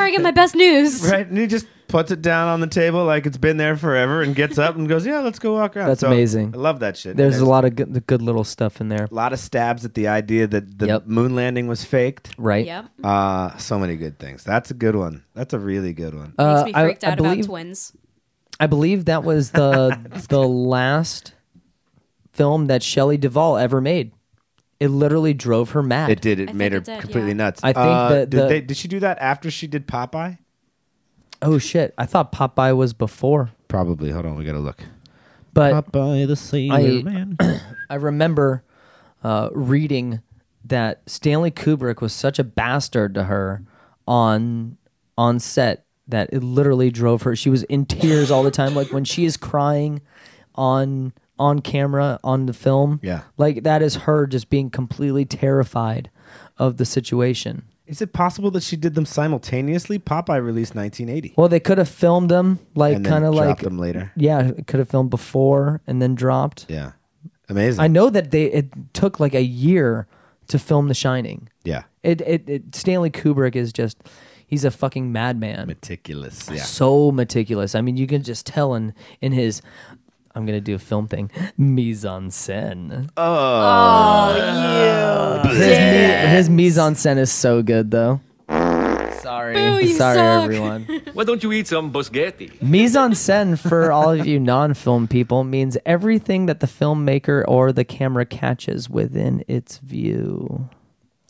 S4: I get my best news.
S2: Right, and he just puts it down on the table like it's been there forever, and gets up and goes, "Yeah, let's go walk around."
S3: That's amazing.
S2: I love that shit.
S3: There's a lot of good, good little stuff in there,
S2: a lot of stabs at the idea that the
S3: Yep.
S2: moon landing was faked.
S3: right?
S4: Yep. Makes
S2: Uh, so many good things. That's a good one. That's a really good one.
S3: Uh,
S4: me
S3: I-
S4: freaked
S3: I
S4: out about
S3: believe-
S4: twins.
S3: I believe that was the the last film that Shelley Duvall ever made. It literally drove her mad.
S2: it did. It
S4: I
S2: made her
S4: think it did,
S2: completely
S4: yeah.
S2: nuts.
S3: I think
S2: Uh,
S3: that
S2: did,
S3: the-
S2: they, did she do that after she did Popeye?
S3: Oh shit! I thought Popeye was before,
S2: Probably. Hold on, we gotta look.
S3: but
S2: Popeye the Sailor
S3: I-
S2: Man.
S3: I remember uh, reading that Stanley Kubrick was such a bastard to her on on set that it literally drove her. She was in tears all the time. Like when she is crying on on camera on the film,
S2: Yeah.
S3: like that is her just being completely terrified of the situation.
S2: Is it possible that she did them simultaneously? Popeye released 1980,
S3: Well, they could have filmed them like
S2: and then
S3: kind of
S2: dropped
S3: like
S2: them later.
S3: yeah, could have filmed before and then dropped.
S2: Yeah, amazing.
S3: I know that they it took like a year to film The Shining.
S2: yeah,
S3: It, it, it Stanley Kubrick is just he's a fucking madman.
S2: meticulous. Yeah.
S3: So meticulous. I mean, you can just tell in in his I'm gonna do a film thing. Mise en scène. Oh, you. His, mi- his mise en scène is so good, though. Sorry,
S4: you
S3: sorry,
S4: suck.
S3: everyone.
S7: Why don't you eat some boschetti?
S3: Mise en scène for all of you non-film people means everything that the filmmaker or the camera catches within its view.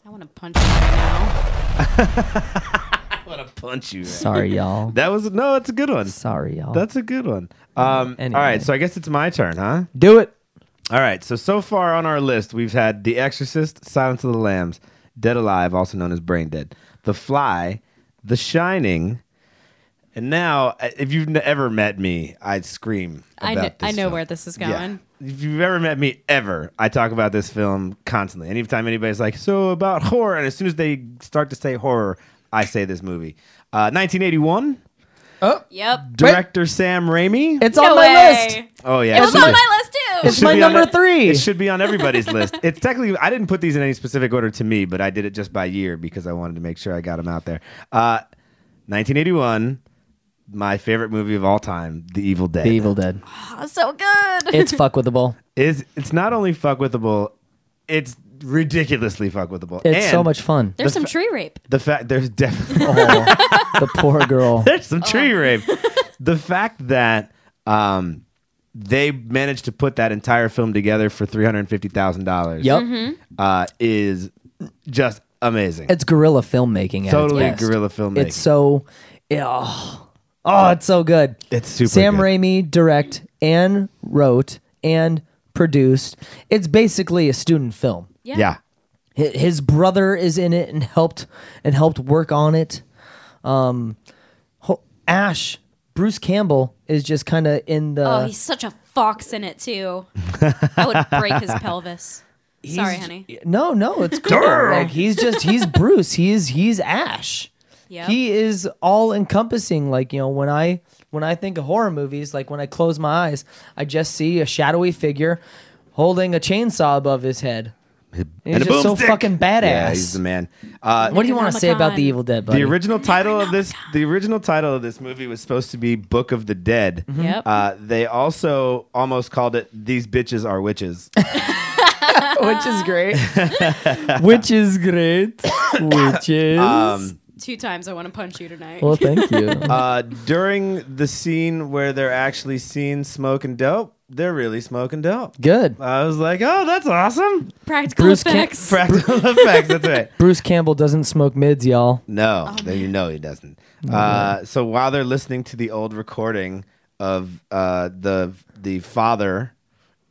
S4: I want to punch him right now.
S2: punch you.
S3: Sorry, y'all.
S2: That was no. That's a good one.
S3: Sorry, y'all.
S2: That's a good one. Um,
S3: Anyway.
S2: All right, so I guess it's my turn, huh?
S3: do it.
S2: All right, so so far on our list, we've had The Exorcist, Silence of the Lambs, Dead Alive, also known as Brain Dead, The Fly, The Shining, and now uh, if you've n- ever met me, I'd scream.
S4: I,
S2: about
S4: kn-
S2: this
S4: I know
S2: film.
S4: where this is
S2: Yeah.
S4: going.
S2: If you've ever met me ever, I talk about this film constantly. Anytime anybody's like, so about horror, and as soon as they start to say horror, I say this movie. Uh, 1981,
S4: Yep.
S2: director Sam Raimi.
S3: It's
S4: No
S3: on my
S4: way.
S3: list.
S2: oh yeah,
S4: It was
S2: should
S4: on
S2: be.
S4: my list
S3: It's
S4: too.
S3: my
S2: Should be on
S3: number
S2: it.
S3: three.
S2: It should be on everybody's list. It's technically I didn't put these in any specific order to me, but I did it just by year because I wanted to make sure I got them out there. Uh, 1981, my favorite movie of all time, The Evil Dead.
S3: The Evil Dead.
S4: Oh, so good.
S3: It's fuck with the ball.
S2: is it's not only fuckwithable, it's ridiculously fuckwithable.
S3: It's so
S2: And
S3: much fun. Oh,
S4: There's some tree rape.
S2: The fact there's definitely
S3: the poor girl.
S2: there's some tree rape. The fact that um, they managed to put that entire film together for three hundred fifty thousand dollars.
S3: Yep.
S2: uh, is just amazing.
S3: It's guerrilla filmmaking. at
S2: totally
S3: its best.
S2: guerrilla filmmaking.
S3: It's so. yeah, Oh, oh, it's so good.
S2: It's super
S3: Sam
S2: good.
S3: Raimi direct and wrote and produced. It's basically a student film.
S4: Yeah.
S2: yeah.
S3: Hi- His brother is in it and helped and helped work on it. Um, ho- Ash Bruce Campbell is just kind of in the.
S4: Oh, he's such a fox in it too. I would break his pelvis. Sorry,
S3: He's-
S4: honey.
S3: No, no, it's cool. like he's just he's Bruce. He is he's Ash.
S4: Yep.
S3: He is all encompassing. Like you know, when I when I think of horror movies, like when I close my eyes, I just see a shadowy figure holding a chainsaw above his head. He's
S2: And a
S3: just so
S2: boomstick.
S3: fucking badass.
S2: Yeah, he's the man. Uh,
S3: what do you want to say about the Evil Dead? Buddy?
S2: the original title of this the original title of this movie was supposed to be Book of the Dead.
S4: Yep.
S2: Uh, they also almost called it These Bitches Are Witches.
S3: which is great. which is great. Which is
S2: Um,
S4: Two times I want to punch you tonight.
S3: well, thank you.
S2: Uh, during the scene where they're actually seen smoking dope, they're really smoking dope.
S3: Good.
S2: I was like, oh, that's awesome.
S4: Practical
S3: Bruce can't-
S4: effects.
S2: Practical effects. That's right. Oh,
S3: Bruce Campbell doesn't smoke mids, y'all.
S2: No, then you know he doesn't. Uh, so while they're listening to the old recording of uh, the the father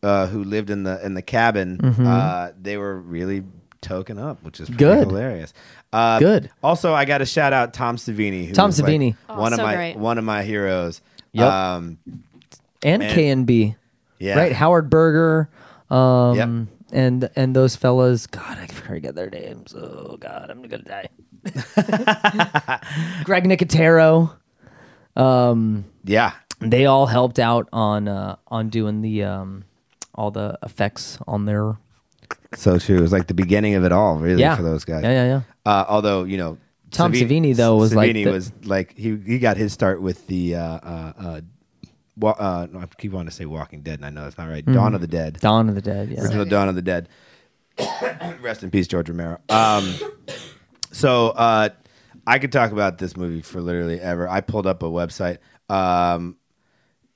S2: uh, who lived in the in the cabin, uh, they were really token up, which is pretty
S3: Good.
S2: hilarious. Uh,
S3: Good.
S2: Also, I got to shout out Tom Savini. Who
S3: Tom
S2: was, like,
S3: Savini.
S2: one
S4: Oh,
S2: of
S4: so
S2: my
S4: great.
S2: one of my heroes.
S3: Yep.
S2: Um,
S3: And
S2: Man.
S3: K and B.
S2: yeah.
S3: right? Howard Berger, um,
S2: Yep.
S3: and and those fellas. God, I forget their names. Oh God, I'm gonna die. Greg Nicotero,
S2: yeah.
S3: they all helped out on uh, on doing the um, all the effects on their
S2: So true. It was like the beginning of it all, really,
S3: yeah
S2: for those guys.
S3: Yeah, yeah, yeah.
S2: Uh, although you know,
S3: Tom
S2: Savini-
S3: Savini, though, was like
S2: Savini
S3: the-
S2: was like he he got his start with the uh, uh, uh, wa- uh, no, I keep wanting to say Walking Dead, and I know that's not right.
S3: Mm-hmm.
S2: Dawn of the Dead,
S3: Dawn of the Dead. Yeah.
S2: original Dawn of the Dead. Rest in peace, George Romero. Um, so uh, I could talk about this movie for literally ever. I pulled up a website. Um,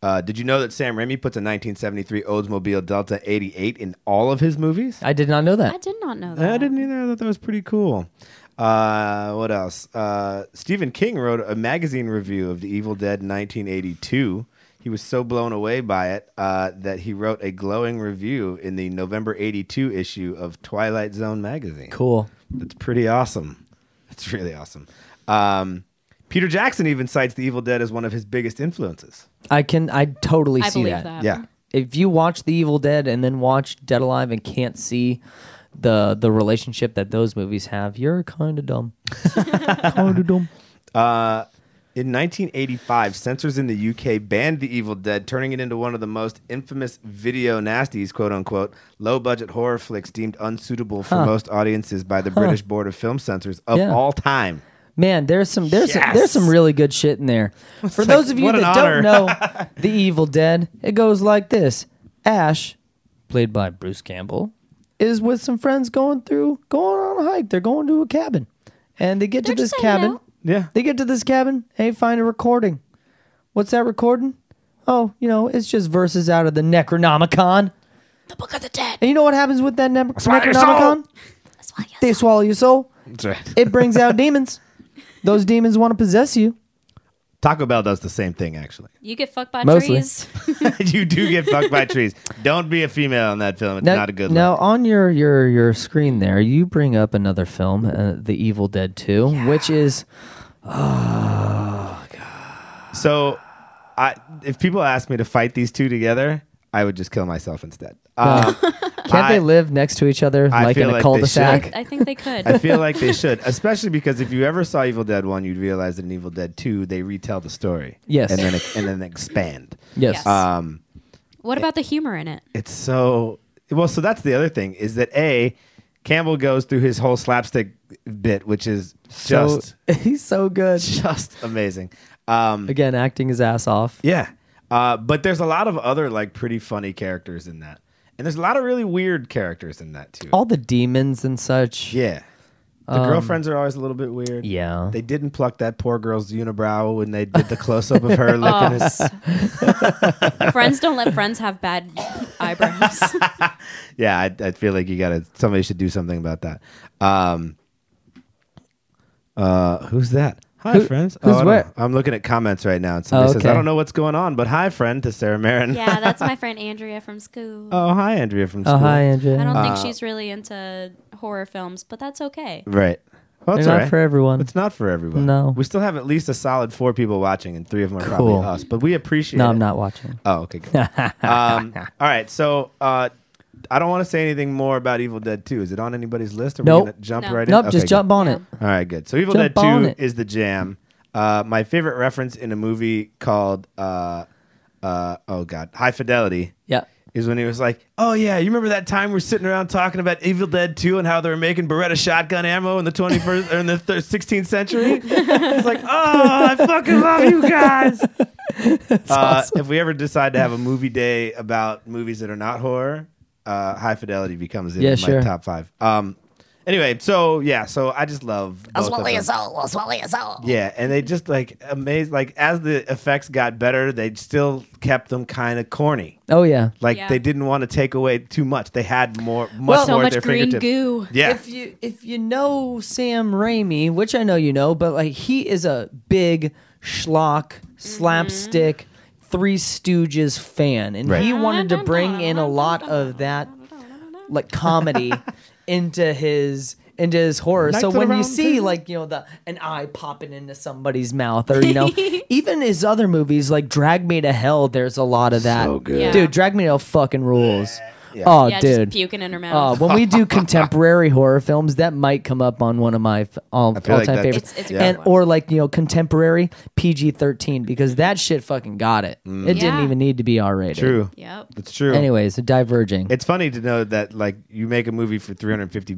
S2: uh, did you know that Sam Raimi puts a 1973 Oldsmobile Delta 88 in all of his movies?
S3: I did not know
S4: I
S3: that.
S4: did not know that.
S2: I didn't either. I thought that was pretty cool. Uh, what else? Uh, Stephen King wrote a magazine review of The Evil Dead in 1982. He was so blown away by it uh, that he wrote a glowing review in the November 82 issue of Twilight Zone magazine.
S3: Cool.
S2: That's pretty awesome. That's really awesome. Um, Peter Jackson even cites The Evil Dead as one of his biggest influences.
S3: I can. I totally
S4: I
S3: see
S4: believe
S3: that.
S4: that.
S2: Yeah.
S3: If you watch The Evil Dead and then watch Dead Alive and can't see the the relationship that those movies have, you're kind of dumb. kind of dumb.
S2: In 1985, censors in the UK banned The Evil Dead, turning it into one of the most infamous video nasties, quote unquote, low budget horror flicks deemed unsuitable for most audiences by the British Board of Film Censors of
S3: Yeah.
S2: all time.
S3: Man, there's some there's some,
S2: Yes.
S3: there's some really good shit in there. For
S2: like,
S3: those of you
S2: what an
S3: that
S2: honor.
S3: don't know The Evil Dead, it goes like this. Ash, played by Bruce Campbell, is with some friends going through going on a hike. They're going to a cabin. And they get
S4: They're
S3: to this
S4: just hanging
S3: cabin.
S4: out.
S2: Yeah.
S3: They get to this cabin, they find a recording. What's that recording? Oh, you know, it's just verses out of the Necronomicon.
S4: The Book of the Dead.
S3: And you know what happens with that ne-
S2: Swallow your soul.
S3: Necronomicon?
S4: That's why you
S3: They swallow your soul.
S2: That's right.
S3: It brings out demons. Those demons want to possess you.
S2: Taco Bell does the same thing, actually.
S4: You get fucked by
S3: Mostly.
S4: trees.
S2: you do get fucked by trees. Don't be a female in that film. It's not a good
S3: Now
S2: look.
S3: on your your your screen there, you bring up another film, uh, The Evil Dead Two, which is
S2: So I, if people asked me to fight these two together, I would just kill myself instead. Um,
S3: can't
S2: I-
S3: they live next to each other
S2: I
S3: like
S2: feel
S3: in a
S2: like they
S3: cul-de-sac?
S4: I think they could.
S2: I feel like they should, especially because if you ever saw Evil Dead One, you'd realize that in Evil Dead Two, they retell the story.
S3: Yes.
S2: and then and then expand.
S3: Yes.
S2: Um,
S4: what about the humor in it?
S2: it's so well. So that's the other thing is that a Campbell goes through his whole slapstick bit, which is
S3: so,
S2: just
S3: he's so good.
S2: just amazing. Um,
S3: Again, acting his ass off.
S2: yeah, uh, but there's a lot of other like pretty funny characters in that, and there's a lot of really weird characters in that too.
S3: All the demons and such.
S2: yeah. The girlfriends are always a little bit weird.
S3: Yeah.
S2: They didn't pluck that poor girl's unibrow when they did the close up of her
S4: Oh.
S2: looking as
S4: friends don't let friends have bad eyebrows.
S2: Yeah, I, I feel like you gotta somebody should do something about that. Um uh who's that? Hi
S3: Who-
S2: friends. Oh,
S3: who's
S2: I don't
S3: where?
S2: know. I'm looking at comments right now and somebody says, I
S3: okay.
S2: don't know what's going on, but hi friend to Sarah Marin.
S4: yeah, that's my friend Andrea from school.
S2: Oh hi Andrea from school.
S3: Oh hi, Andrea.
S4: I don't think she's really into horror films, but that's okay.
S2: Right. Well,
S3: They're
S2: it's
S3: not
S2: all right.
S3: for everyone.
S2: It's not for everyone.
S3: No.
S2: We still have at least a solid four people watching and three of them are
S3: Cool.
S2: probably us. But we appreciate
S3: no,
S2: it.
S3: I'm not watching.
S2: Oh, okay, good. um, all right, so uh, I don't want to say anything more about Evil Dead 2. Is it on anybody's list? Or we
S3: Nope.
S2: gonna jump
S4: No.
S2: right
S3: Nope,
S2: in?
S3: just
S2: Okay,
S3: jump on
S4: Yeah.
S3: it.
S2: good. All right, good. So Evil
S3: Jump
S2: Dead
S3: on
S2: 2
S3: it.
S2: is the jam. Uh, my favorite reference in a movie called, uh, uh, oh God, High Fidelity
S3: Yeah.
S2: is when he was like, "Oh yeah, you remember that time we are sitting around talking about Evil Dead 2 and how they were making Beretta shotgun ammo in the 21st or in the thir 16th century?" It's like, "Oh, I fucking love you guys." Uh, If we ever decide to have a movie day about movies that are not horror, uh, High Fidelity becomes in
S3: Yeah,
S2: my
S3: sure.
S2: top five. Um, anyway, so yeah, so I just love. both of them.
S8: soul. I'll swallow your soul.
S2: Yeah, and they just like amazed. Like as the effects got better, they still kept them kind of corny.
S3: Oh yeah.
S2: Like
S4: Yeah.
S2: they didn't want to take away too much. They had more, much
S3: Well-
S2: more
S3: So
S4: So
S2: at
S4: much
S2: their
S4: green
S2: fingertips.
S4: goo.
S2: Yeah,
S3: If you if you know Sam Raimi, which I know you know, but like he is a big schlock
S4: Mm-hmm.
S3: slapstick Three Stooges fan, and
S2: Right.
S3: he wanted to bring in a lot of that like comedy into his into his horror.
S2: Knights
S3: so
S2: of the
S3: when you
S2: Round
S3: see
S2: Table.
S3: like you know the an eye popping into somebody's mouth, or you know even his other movies like Drag Me to Hell, there's a lot of that.
S4: good.
S3: Dude, Drag Me to Hell fucking rules. Oh,
S4: yeah,
S3: dude.
S4: just puking in her
S3: Uh,
S4: mouth.
S3: when we do contemporary horror films, that might come up on one of my f- all,
S2: feel like
S3: all-time
S2: that-
S3: favorites,
S4: It's- it's a
S3: and
S4: good one.
S3: or like you know contemporary PG thirteen because that shit fucking got it. It didn't
S4: Yeah.
S3: even need to be R rated.
S2: Mm. True.
S4: yep.
S2: It's true.
S3: Anyways, diverging.
S2: It's funny to know that like you make a movie for 350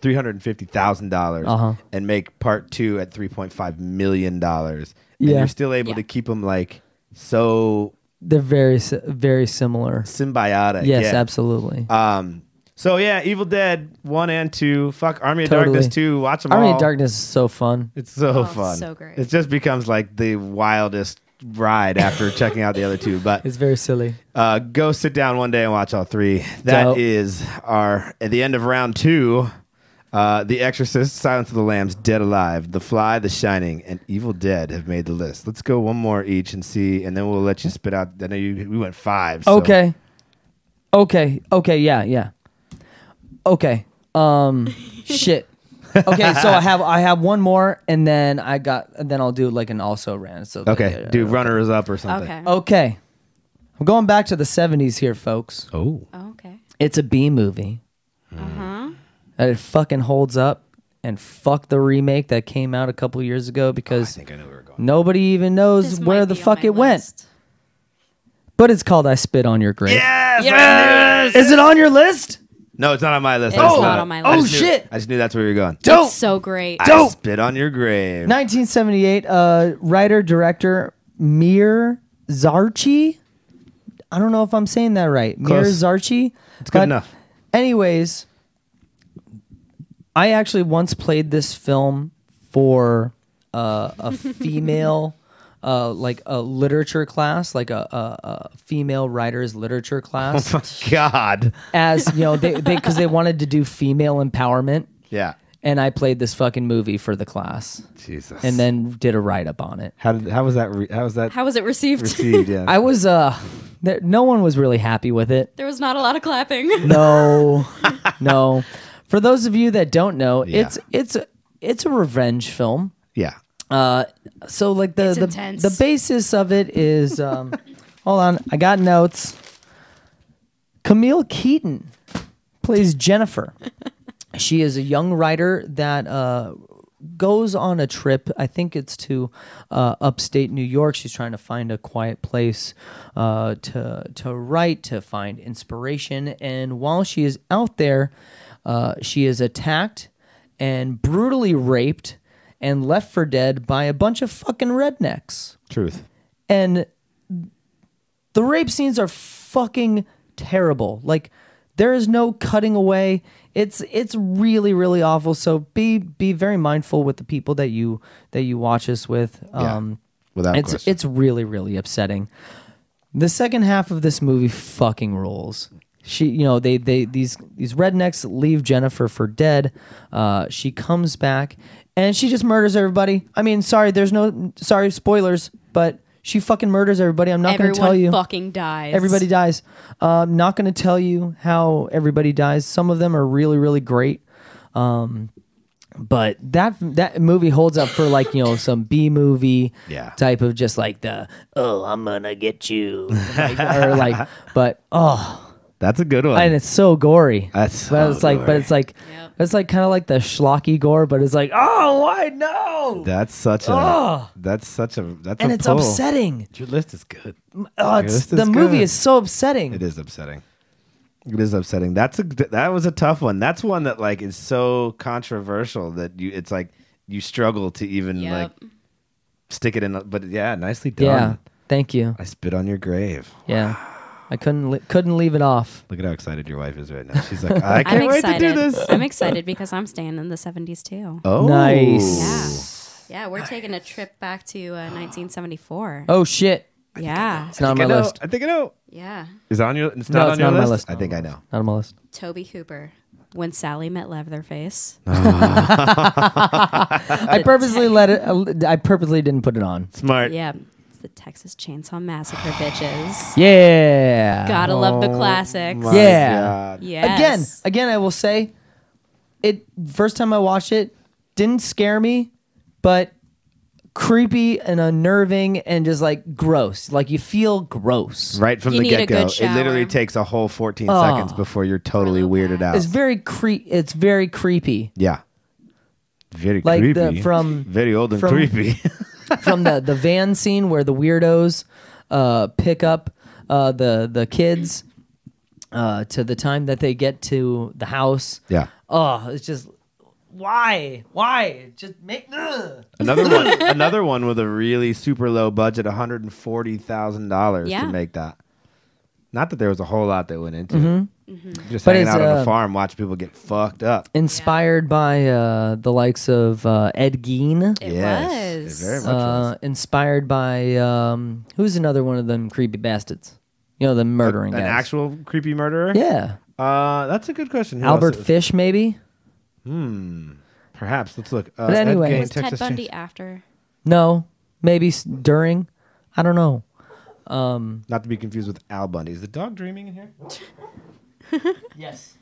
S2: $350,000 dollars
S3: Uh-huh.
S2: and make part 2 at 3.5 million dollars and
S3: Yeah.
S2: you're still able
S4: Yeah.
S2: to keep them like so
S3: They're very si- very similar.
S2: symbiotic.
S3: Yes,
S2: yeah.
S3: absolutely.
S2: Um so yeah, Evil Dead 1 and 2, fuck Army of
S3: Totally.
S2: Darkness 2, watch them
S3: Army
S2: all.
S3: of Darkness is so fun.
S2: It's so
S4: Oh, it's
S2: fun.
S4: so great.
S2: It just becomes like the wildest ride after checking out the other two, but
S3: It's very silly.
S2: Uh, go sit down one day and watch all three. That
S3: Dope.
S2: is our at the end of round two. Uh, the Exorcist, Silence of the Lambs, Dead Alive, The Fly, The Shining, and Evil Dead have made the list. Let's go one more each and see, and then we'll let you spit out. I know you we went five. so-
S3: Okay. Okay. Okay. Yeah. Yeah. Okay. Um. shit. Okay. So I have I have one more, and then I got and then I'll do like an also ran. So
S2: Okay. Do runners up or something.
S4: Okay. Oh.
S3: Okay. I'm going back to the '70s here, folks.
S2: Oh.
S4: Okay.
S3: It's a B movie.
S2: Mm-hmm.
S3: Uh huh. It fucking holds up, and fuck the remake that came out a couple years ago because
S2: Oh, I know where we're going.
S3: nobody even knows
S4: This
S3: where
S4: might
S3: the
S4: be on
S3: fuck
S4: my
S3: it went.
S4: list.
S3: But it's called "I Spit on Your Grave."
S2: Yes!
S3: Is it on your list?
S2: No, it's not on my list.
S4: It's
S2: I just
S4: not
S2: knew it.
S4: on my
S2: I
S4: list.
S2: just
S3: Oh,
S2: knew it.
S3: shit.
S2: I just knew that's where you're going.
S3: Dope.
S4: It's so great.
S2: I spit on your grave.
S3: 1978, uh, writer director Mir Zarchi. I don't know if I'm saying that right. Mir
S2: Close.
S3: Zarchi. It's
S2: good enough.
S3: Anyways, I actually once played this film for uh, a female, uh, like a literature class, like a, a, a female writer's literature class,
S2: God.
S3: as you know, they because they wanted to do female empowerment,
S2: Yeah.
S3: and I played this fucking movie for the class.
S2: Jesus.
S3: and then did a write up on it.
S2: how did how was that? Re- how was that
S4: How was it received?
S2: received? Yeah.
S3: I was uh there, no one was really happy with it.
S4: there was not a lot of clapping.
S3: No. no. For those of you that don't know,
S2: Yeah.
S3: it's it's a, it's a revenge film.
S2: yeah.
S3: Uh so like the the,
S4: intense.
S3: the basis of it is um hold on, I got notes. Camille Keaton plays Jennifer. She is a young writer that uh, goes on a trip. I think it's to uh, upstate New York. She's trying to find a quiet place uh, to to write, to find inspiration. And while she is out there, uh, she is attacked and brutally raped and left for dead by a bunch of fucking rednecks
S2: Truth.
S3: and the rape scenes are fucking terrible. Like there is no cutting away. It's it's really really awful. So be be very mindful with the people that you that you watch this with. Um,
S2: Without
S3: it's
S2: question.
S3: it's really really upsetting. The second half of this movie fucking rules. She, you know, they they these these rednecks leave Jennifer for dead. Uh, she comes back and she just murders everybody. I mean, sorry, there's no sorry spoilers, but she fucking murders everybody. I'm not
S4: Everyone
S3: gonna tell you.
S4: fucking dies.
S3: Everybody dies. Uh, I'm not going to tell you how everybody dies. Some of them are really, really great. Um, but that that movie holds up for like you know some B movie
S2: Yeah.
S3: type of just like the oh I'm gonna get you like, or like but oh
S2: That's a good one.
S3: and it's so gory.
S2: That's
S3: but
S2: so
S3: it's like but
S2: gory.
S3: it's like
S4: Yep.
S3: it's like kind of like the schlocky gore, but it's like oh why no
S2: that's such a.
S3: Ugh.
S2: That's such a. That's
S3: and
S2: a
S3: it's
S2: pull.
S3: upsetting.
S2: Your list is good.
S3: Oh, it's,
S2: this
S3: the
S2: is
S3: movie
S2: good.
S3: is so upsetting.
S2: It is upsetting. It is upsetting. That's a. That was a tough one. That's one that like is so controversial that you. It's like you struggle to even
S4: Yep.
S2: like stick it in. But yeah, nicely done.
S3: Yeah, thank you.
S2: I spit on your grave.
S3: Yeah. I couldn't li- couldn't leave it off.
S2: Look at how excited your wife is right now. She's like, I
S4: I'm
S2: can't wait
S4: excited.
S2: to do this.
S4: I'm excited because I'm staying in the 70s too.
S2: Oh,
S3: Nice.
S4: Yeah, we're taking a trip back to uh, 1974.
S3: Oh shit.
S4: yeah.
S3: It's not on
S2: I
S3: my
S2: know.
S3: list.
S2: I think I know.
S4: Yeah.
S2: Is it on your? It's
S3: No,
S2: not
S3: it's
S2: on your
S3: not on my
S2: list?
S3: list.
S2: I think I know.
S3: Not on my list.
S4: Toby Hooper. When Sally met Leatherface.
S3: I purposely let it I purposely didn't put it on.
S2: Smart.
S4: Yeah. It's the Texas Chainsaw Massacre bitches.
S3: Yeah.
S4: Gotta love the classics.
S2: Oh My
S3: Yeah.
S2: God.
S4: Yes.
S3: Again, again I will say it first time I watched it didn't scare me, but creepy and unnerving and just like gross. Like you feel gross.
S2: Right from
S4: You
S2: the
S4: need a
S2: get go,
S4: good
S2: it literally
S4: shower.
S2: takes a whole 14
S3: Oh.
S2: seconds before you're totally weirded out.
S3: It's very cre- It's very creepy.
S2: yeah, very
S3: Like the-
S2: creepy.
S3: from-
S2: very old and
S3: from-
S2: creepy.
S3: From the the van scene where the weirdos uh, pick up uh, the the kids uh, to the time that they get to the house.
S2: yeah,
S3: Oh, it's just why why just make. Ugh.
S2: another one. Another one with a really super low budget, one hundred and forty thousand dollars
S4: Yeah.
S2: to make that. Not that there was a whole lot that went into it. Mm-hmm. Just
S3: Mm-hmm. But
S2: hanging
S3: it's,
S2: out on
S3: uh,
S2: the farm, watch people get fucked up.
S3: Inspired by uh, the likes of uh, Ed Gein.
S4: It
S2: Yes,
S4: was.
S2: it very much was.
S3: uh, inspired by um, who's another one of them creepy bastards? You know, the murdering
S2: An
S3: guys.
S2: actual creepy murderer?
S3: yeah,
S2: Uh, that's a good question. Who
S3: Albert
S2: else?
S3: Fish, maybe.
S2: Perhaps. Let's look. Uh,
S3: But
S2: Ed
S3: anyway-
S2: Gein,
S4: was Ted
S2: Texas
S4: Bundy
S2: Chains-
S4: after?
S3: No, maybe s- during. I don't know.
S2: Not to be confused with Al Bundy. Is the dog dreaming in here?
S3: Yes.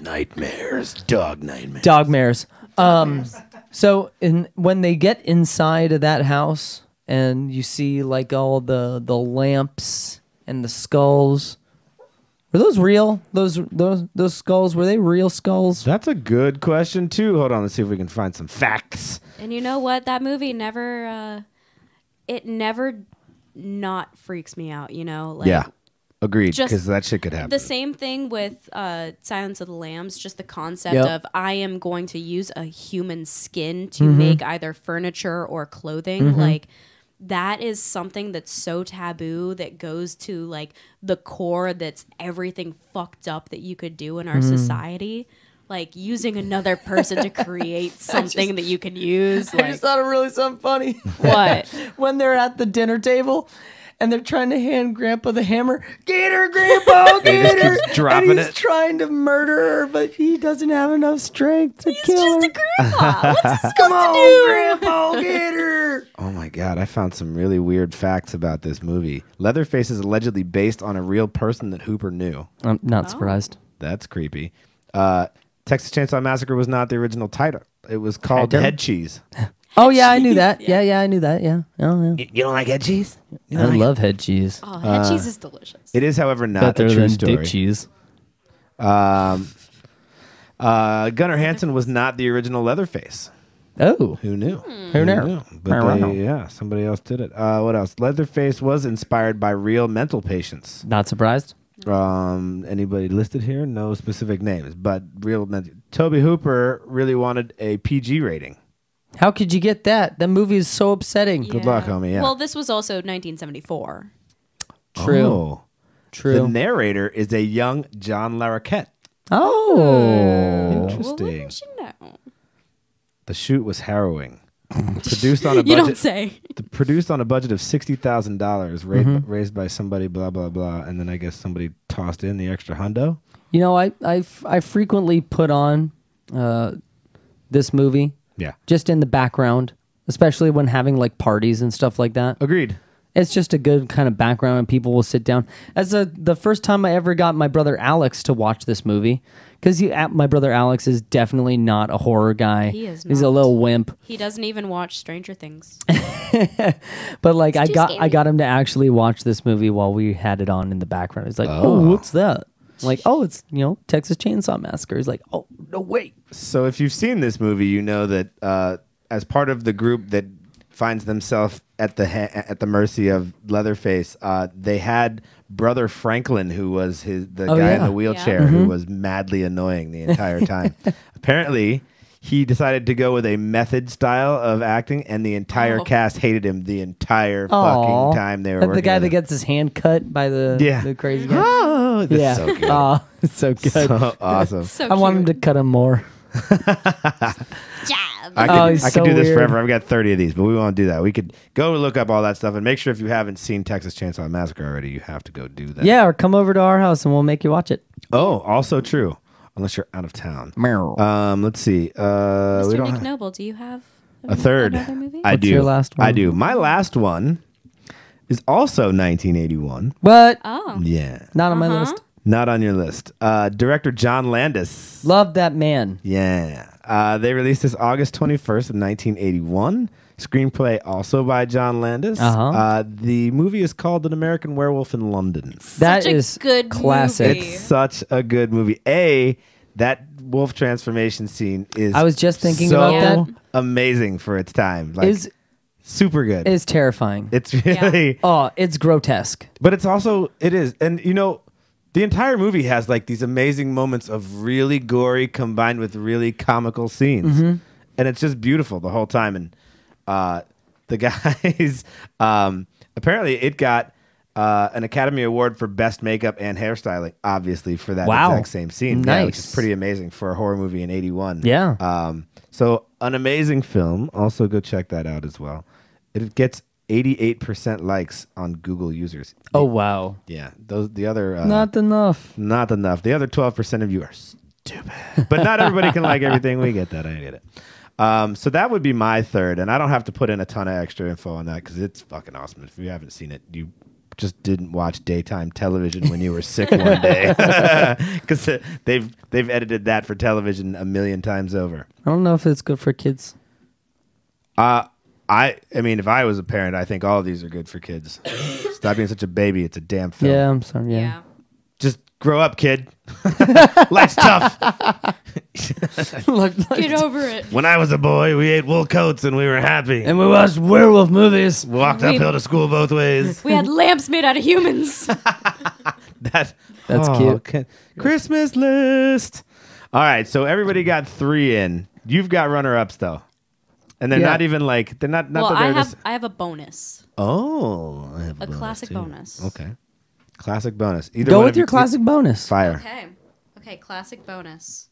S1: Nightmares. Dog nightmares.
S3: Dogmares. Um, so in when they get inside of that house and you see like all the the lamps and the skulls. Were those real? Those those those skulls were they real skulls?
S2: That's a good question too. Hold on, let's see if we can find some facts.
S4: And you know what? That movie never, uh, it never not freaks me out, you know? Like,
S2: yeah, agreed.
S4: just
S2: Because that shit could happen.
S4: The same thing with uh, Silence of the Lambs, just the concept
S3: Yep.
S4: of I am going to use a human skin to
S2: Mm-hmm.
S4: make either furniture or clothing. Like, that is something that's so taboo that goes to like the core that's everything fucked up that you could do in our
S2: Mm-hmm.
S4: society. Like using another person to create something that you can use. Like,
S3: thought it really something funny.
S4: what?
S3: when they're at the dinner table and they're trying to hand grandpa the hammer get her grandpa get her
S2: keeps dropping
S3: and he's
S2: it.
S3: trying to murder her but he doesn't have enough strength to
S4: He's
S3: kill
S4: just
S3: her
S4: a grandpa. What's he
S3: come on grandpa get her
S2: oh my god, I found some really weird facts about this movie. Leatherface is allegedly based on a real person that Hooper knew.
S3: i'm not surprised
S2: That's creepy. Uh, Texas Chainsaw Massacre was not the original title. It was called
S3: Title?
S2: Head Cheese.
S3: oh yeah i knew that yeah yeah i knew that yeah oh yeah
S1: You don't like head cheese?
S3: i love head cheese
S4: Oh, head
S2: Uh,
S4: cheese is delicious.
S2: It is, however, not a true story.
S3: cheese
S2: Uh, Gunnar Hansen was not the original Leatherface.
S3: oh
S2: Who knew?
S4: Hmm.
S3: Who knew?
S2: But
S3: Wow.
S2: they, yeah, somebody else did it. Uh, what else? Leatherface was inspired by real mental patients.
S3: not surprised
S4: Hmm.
S2: Um, anybody listed here? No specific names, but real mental. Toby Hooper really wanted a PG rating.
S3: how could you get that that movie is so upsetting
S2: Good luck, homie. Yeah.
S4: Well, this was also 1974.
S3: true
S2: Oh. The
S3: true
S2: narrator is a young John Larroquette.
S3: oh
S4: Well,
S2: Interesting.
S4: wouldn't you know?
S2: the shoot was harrowing. produced on a budget.
S4: You don't say.
S2: the- produced on a budget of sixty thousand dollars,
S3: Mm-hmm.
S2: raised by somebody, blah blah blah, and then I guess somebody tossed in the extra hundo.
S3: You know, I I f- I frequently put on uh, this movie
S2: Yeah,
S3: just in the background, especially when having like parties and stuff like that.
S2: agreed.
S3: It's just a good kind of background, and people will sit down. As a, the first time I ever got my brother Alex to watch this movie, because my brother Alex is definitely not a horror guy.
S4: He is
S3: He's a
S4: not.
S3: little wimp.
S4: He doesn't even watch Stranger Things.
S3: But like, I
S4: too
S3: got I
S4: scary.
S3: got him to actually watch this movie while we had it on in the background. He's like, "Oh, what's that?" I'm like, "Oh, it's you know Texas Chainsaw Massacre." He's like, "Oh, no, wait."
S2: So if you've seen this movie, you know that uh, as part of the group that finds themselves at the ha- at the mercy of Leatherface, uh, they had brother Franklin, who was his the guy
S3: Oh,
S2: in
S3: yeah. Mm-hmm.
S2: the wheelchair, who was madly annoying the entire time. Apparently. He decided to go with a method style of acting, and the entire cast hated him the entire
S3: Aw.
S2: fucking time they were.
S3: That
S2: working
S3: the guy
S2: with
S3: that
S2: him.
S3: gets his hand cut by the
S2: Yeah.
S3: the crazy guy.
S2: Oh, that's
S3: yeah,
S2: so good.
S3: Aw, it's so good.
S2: So awesome.
S4: So
S3: I want him to cut him more.
S2: I could,
S3: Oh, he's
S2: I could
S3: so
S2: do this
S3: weird.
S2: forever. I've got 30 of these, but we won't do that. We could go look up all that stuff and make sure if you haven't seen Texas Chainsaw Massacre already, you have to go do that.
S3: Yeah, or come over to our house and we'll make you watch it.
S2: Oh, also true. Unless you're out of town.
S3: Meow.
S2: Um, let's see. Uh, we
S4: Mr.
S2: don't
S4: Nick
S2: have
S4: Noble, do you have
S2: a third.
S4: Another movie?
S2: I
S3: What's
S2: do.
S3: your last
S2: I
S3: one?
S2: do. My last one is also 1981.
S3: But
S4: oh,
S2: Yeah.
S3: not on my list.
S2: Not on your list. Uh, director John Landis.
S3: Love that man.
S2: Yeah. Uh, they released this August 21st of 1981, Screenplay also by John Landis.
S3: Uh-huh.
S2: Uh, the movie is called An American Werewolf in London.
S3: That is
S4: Such a good
S3: classic.
S4: movie.
S2: It's such a good movie. A that wolf transformation scene is.
S3: I was just thinking
S2: so
S3: about that.
S2: Amazing for its time. Like
S3: Is-
S2: super good.
S3: It's terrifying.
S2: it's really,
S3: oh, it's grotesque.
S2: but it's also it is, and you know, the entire movie has like these amazing moments of really gory combined with really comical scenes,
S3: Mm-hmm.
S2: and it's just beautiful the whole time. And uh, the guys um, apparently it got. Uh, an Academy Award for Best Makeup and Hairstyling, obviously for that
S3: Wow.
S2: exact same scene, yeah, which is
S3: Nice.
S2: pretty amazing for a horror movie in '81.
S3: Yeah.
S2: Um, so an amazing film. Also, go check that out as well. It gets 88% likes on Google users.
S3: Oh wow,
S2: Yeah, those the other uh, not
S3: not enough.
S2: enough. The other 12% of you are stupid, but not everybody can like everything. We get that. I get it. Um, so that would be my third, and I don't have to put in a ton of extra info on that because it's fucking awesome. If you haven't seen it, you just didn't watch daytime television when you were sick one day because they've they've edited that for television a million times over.
S3: I don't know if it's good for kids.
S2: I I mean, if I was a parent, I think all of these are good for kids. Stop being such a baby. It's a damn film.
S3: Yeah, I'm sorry. Yeah.
S4: Yeah.
S2: Just grow up, kid. Life's tough.
S3: Look, look.
S4: Get over it.
S2: When I was a boy, we ate wool coats and we were happy.
S3: and we watched werewolf movies.
S2: walked
S4: we-
S2: uphill to school both ways.
S4: We had lamps made out of humans.
S2: That
S3: That's cute.
S2: ca- Christmas list. All right, so everybody got three in. You've got runner ups though, and they're
S3: Yeah.
S2: not even like they're not. Not
S4: well,
S2: that
S4: I
S2: they're
S4: have
S2: just.
S4: I have a bonus,
S2: Oh, I have
S4: a
S2: bonus,
S4: classic
S2: too.
S4: bonus.
S2: Okay, classic bonus. Either
S3: Go
S2: one
S3: with
S2: of you-
S3: your classic bonus.
S2: Fire.
S4: Okay. Okay, classic bonus.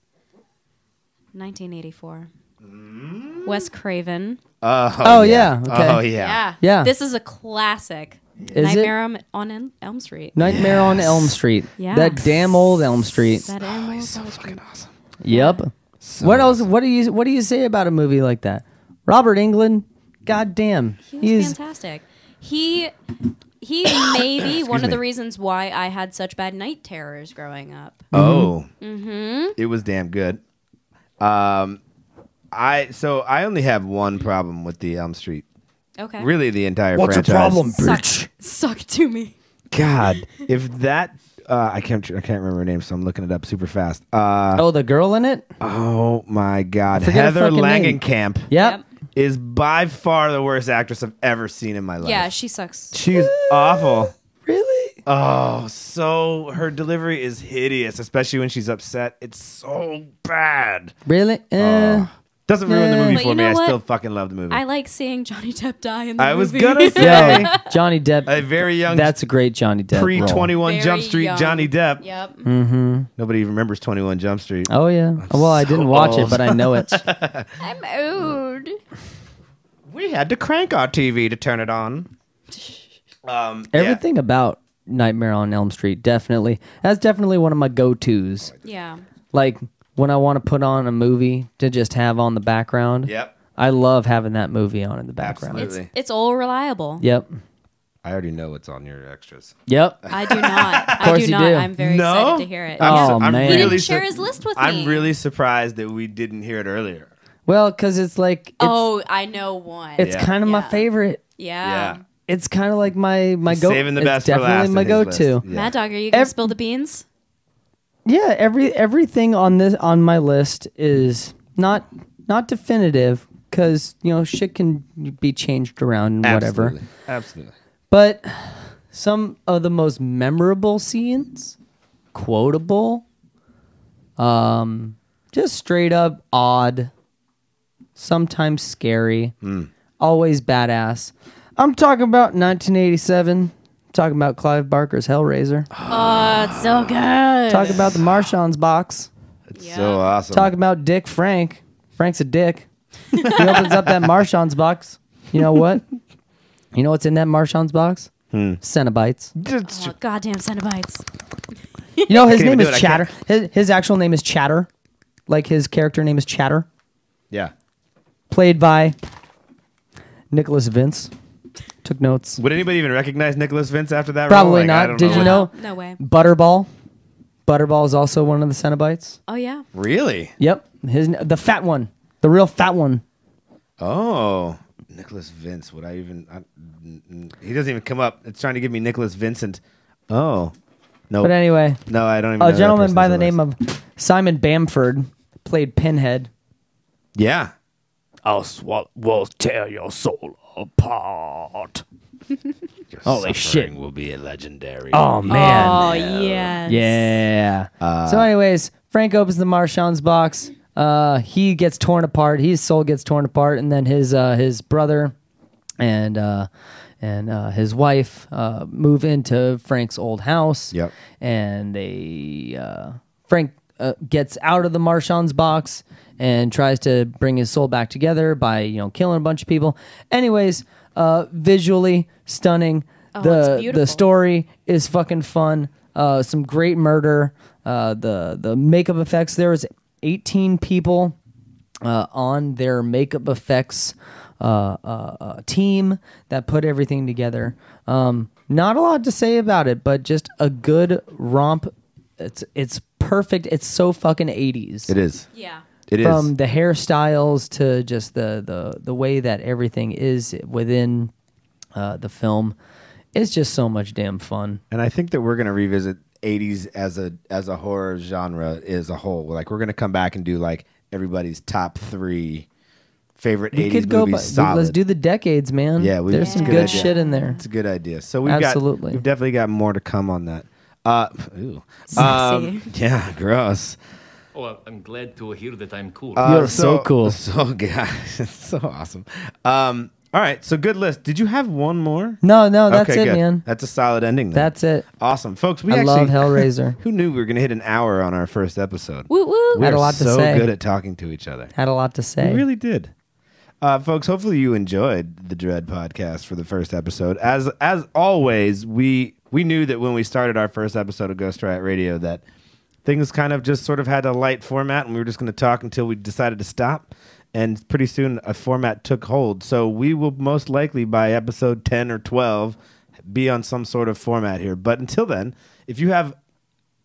S4: 1984.
S2: Mm.
S4: Wes Craven.
S2: Oh,
S3: Oh, yeah, okay.
S2: Oh yeah.
S4: Yeah.
S3: Yeah.
S4: This is a classic.
S3: Is it?
S4: Nightmare on- on Elm- Elm Street.
S3: Nightmare on Elm Street.
S4: Yeah.
S3: That damn old Elm Street.
S4: That Elm was
S2: So fucking awesome.
S3: yep. what else? What do you What do you say about a movie like that? Robert England. God damn.
S4: He was
S3: He's
S4: fantastic. He he may be one of
S2: me.
S4: the reasons why I had such bad night terrors growing up.
S2: Oh. It was damn good. Um I so I only have one problem with the Elm Street.
S4: Okay.
S2: Really the entire franchise.
S4: Suck, suck to me.
S2: God, if that uh, I can't I can't remember her name, so I'm looking it up super fast. Uh,
S3: Oh, the girl in it.
S2: oh my God,
S3: Forget her
S2: Heather
S3: fucking name.
S2: Langenkamp
S3: Yep.
S2: is by far the worst actress I've ever seen in my life.
S4: Yeah, she sucks.
S2: she's awful.
S3: Really?
S2: Oh, so her delivery is hideous, especially when she's upset. It's so bad.
S3: Really? Uh,
S2: Doesn't ruin the
S3: Yeah.
S2: movie
S4: But
S2: for
S4: you
S2: me.
S4: know
S2: I
S4: what?
S2: still fucking love the movie.
S4: I
S2: I,
S4: like seeing Johnny Depp die in the
S2: was
S4: movie.
S2: gonna say
S3: Yo, Johnny Depp.
S2: a very young,
S3: That's a great Johnny Depp.
S2: pre
S3: role.
S2: twenty one
S4: Very
S2: Jump Street
S4: young.
S2: Johnny Depp.
S4: Yep.
S2: Nobody even remembers twenty one Jump Street.
S3: Oh yeah. well, I didn't watch it,
S2: old.
S3: but I know it.
S4: I'm old.
S2: We had to crank our TV to turn it on. Um, yeah.
S3: Everything about Nightmare on Elm Street definitely. That's definitely one of my go-tos.
S4: Yeah.
S3: Like when I want to put on a movie to just have on the background.
S2: Yep.
S3: I love having that movie on in the background.
S2: Absolutely.
S4: It's it's all reliable.
S3: Yep.
S2: I already know what's on your extras.
S3: Yep.
S4: I do not. I
S3: course
S4: do
S3: you
S4: not.
S3: do.
S4: I'm very
S2: No?
S4: excited to hear it.
S3: Oh,
S4: Yeah.
S2: I'm
S3: man.
S4: he
S2: really
S4: didn't
S2: su-
S4: share his list with me.
S2: I'm really surprised that we didn't hear it earlier.
S3: Well, because it's like it's,
S4: Oh, I know one.
S3: it's
S2: Yeah.
S3: kind of my
S4: Yeah.
S3: favorite.
S4: yeah.
S2: Yeah.
S3: It's kind of like my my go.
S2: Saving the
S3: it's
S2: best for
S3: definitely
S2: last.
S3: my
S2: in his
S3: go-to.
S2: list. Yeah.
S4: Mad Dog, are you gonna
S3: Ev-
S4: spill the beans?
S3: Yeah, every everything on this on my list is not not definitive because you know shit can be changed around and whatever.
S2: Absolutely. Absolutely.
S3: But some of the most memorable scenes, quotable, um, just straight up odd, sometimes scary, always badass. I'm talking about 1987. Talking about Clive Barker's Hellraiser.
S4: Oh, it's so good.
S3: Talking about the Marshawn's box.
S2: It's
S4: Yeah.
S2: so Oh, awesome.
S3: Talking about Dick Frank. Frank's a dick. he opens up that Marshawn's box. You know what? You know what's in that Marshawn's box? Cenobites.
S4: oh, goddamn Cenobites.
S3: You know, his
S2: can't even
S3: name
S2: do
S3: is
S2: it. I
S3: Chatter. His, his actual name is Chatter. Like his character name is Chatter,
S2: yeah.
S3: played by Nicholas Vince. Took notes.
S2: Would anybody even recognize Nicholas Vince after that?
S3: Probably
S2: role? Like, I
S3: not.
S2: don't
S3: Did you know?
S4: Oh, No way.
S3: Butterball. Butterball is also one of the Cenobites.
S4: Oh yeah.
S2: Really?
S3: Yep. His the fat one. The real fat one.
S2: Oh, Nicholas Vince. Would I even? I, n- n- he doesn't even come up. It's trying to give me Nicholas Vincent. Oh, no.
S3: But anyway,
S2: no, I don't even. know
S3: a
S2: that
S3: gentleman
S2: person's
S3: by the
S2: last-
S3: name of Simon Bamford played Pinhead.
S2: Yeah.
S8: I'll swallow, will tear your soul apart. Holy shit.
S1: will be a legendary.
S3: Um,
S8: Oh, man.
S4: oh yes.
S3: Yeah. so, anyways, Frank opens the Marshawn's box. Uh, he gets torn apart. His soul gets torn apart, and then his uh, his brother and uh, and uh, his wife uh, move into Frank's old house.
S2: Yep.
S3: And they uh, Frank uh, gets out of the Marshawn's box and tries to bring his soul back together by you know killing a bunch of people. Anyways, uh, visually stunning.
S4: Oh, it's
S3: the the
S4: beautiful.
S3: story story is fucking fun. Uh, some great murder. Uh, the the makeup effects. There was 18 people uh, on their makeup effects uh, uh, uh, team that put everything together. Um, not a lot to say about it, but just a good romp. It's it's perfect. It's so fucking 80s
S2: It is.
S4: Yeah.
S2: It is.
S3: from the hairstyles to just the the the way that everything is within uh, the film it's just so much damn fun.
S2: and I think that we're gonna revisit '80s as a as a horror genre as a whole. Like we're gonna come back and do like everybody's top three favorite
S3: We
S2: '80s
S3: could go,
S2: movies.
S3: but
S2: solid.
S3: let's do the decades, man.
S2: Yeah, we-
S3: there's
S2: it's
S3: some
S2: a
S3: good,
S2: good idea.
S3: shit in there.
S2: It's a good idea. So we've
S3: Absolutely.
S2: got we've definitely got more to come on that. Uh, ooh. Um,
S4: Sexy.
S2: yeah, gross.
S7: Oh, I'm glad to hear that I'm cool.
S2: Uh,
S3: You're so cool.
S2: So gosh, it's so awesome. Um, all right, so good list. Did you have one more?
S3: No, no, that's
S2: okay,
S3: it,
S2: good.
S3: man.
S2: That's a solid ending. Then.
S3: That's it.
S2: awesome, folks. We
S3: I
S2: actually
S3: love Hellraiser.
S2: Who knew we were gonna hit an hour on our first episode?
S4: Woo woo.
S2: We
S3: Had a
S2: are
S3: lot to
S2: so
S3: say.
S2: good at talking to each other.
S3: Had a lot to say.
S2: We really did. Uh, folks, hopefully you enjoyed the Dread podcast for the first episode. As as always, we we knew that when we started our first episode of Ghost Riot Radio that things kind of just sort of had a light format and we were just going to talk until we decided to stop. And pretty soon a format took hold. So we will most likely by episode 10 or 12 be on some sort of format here. But until then, if you have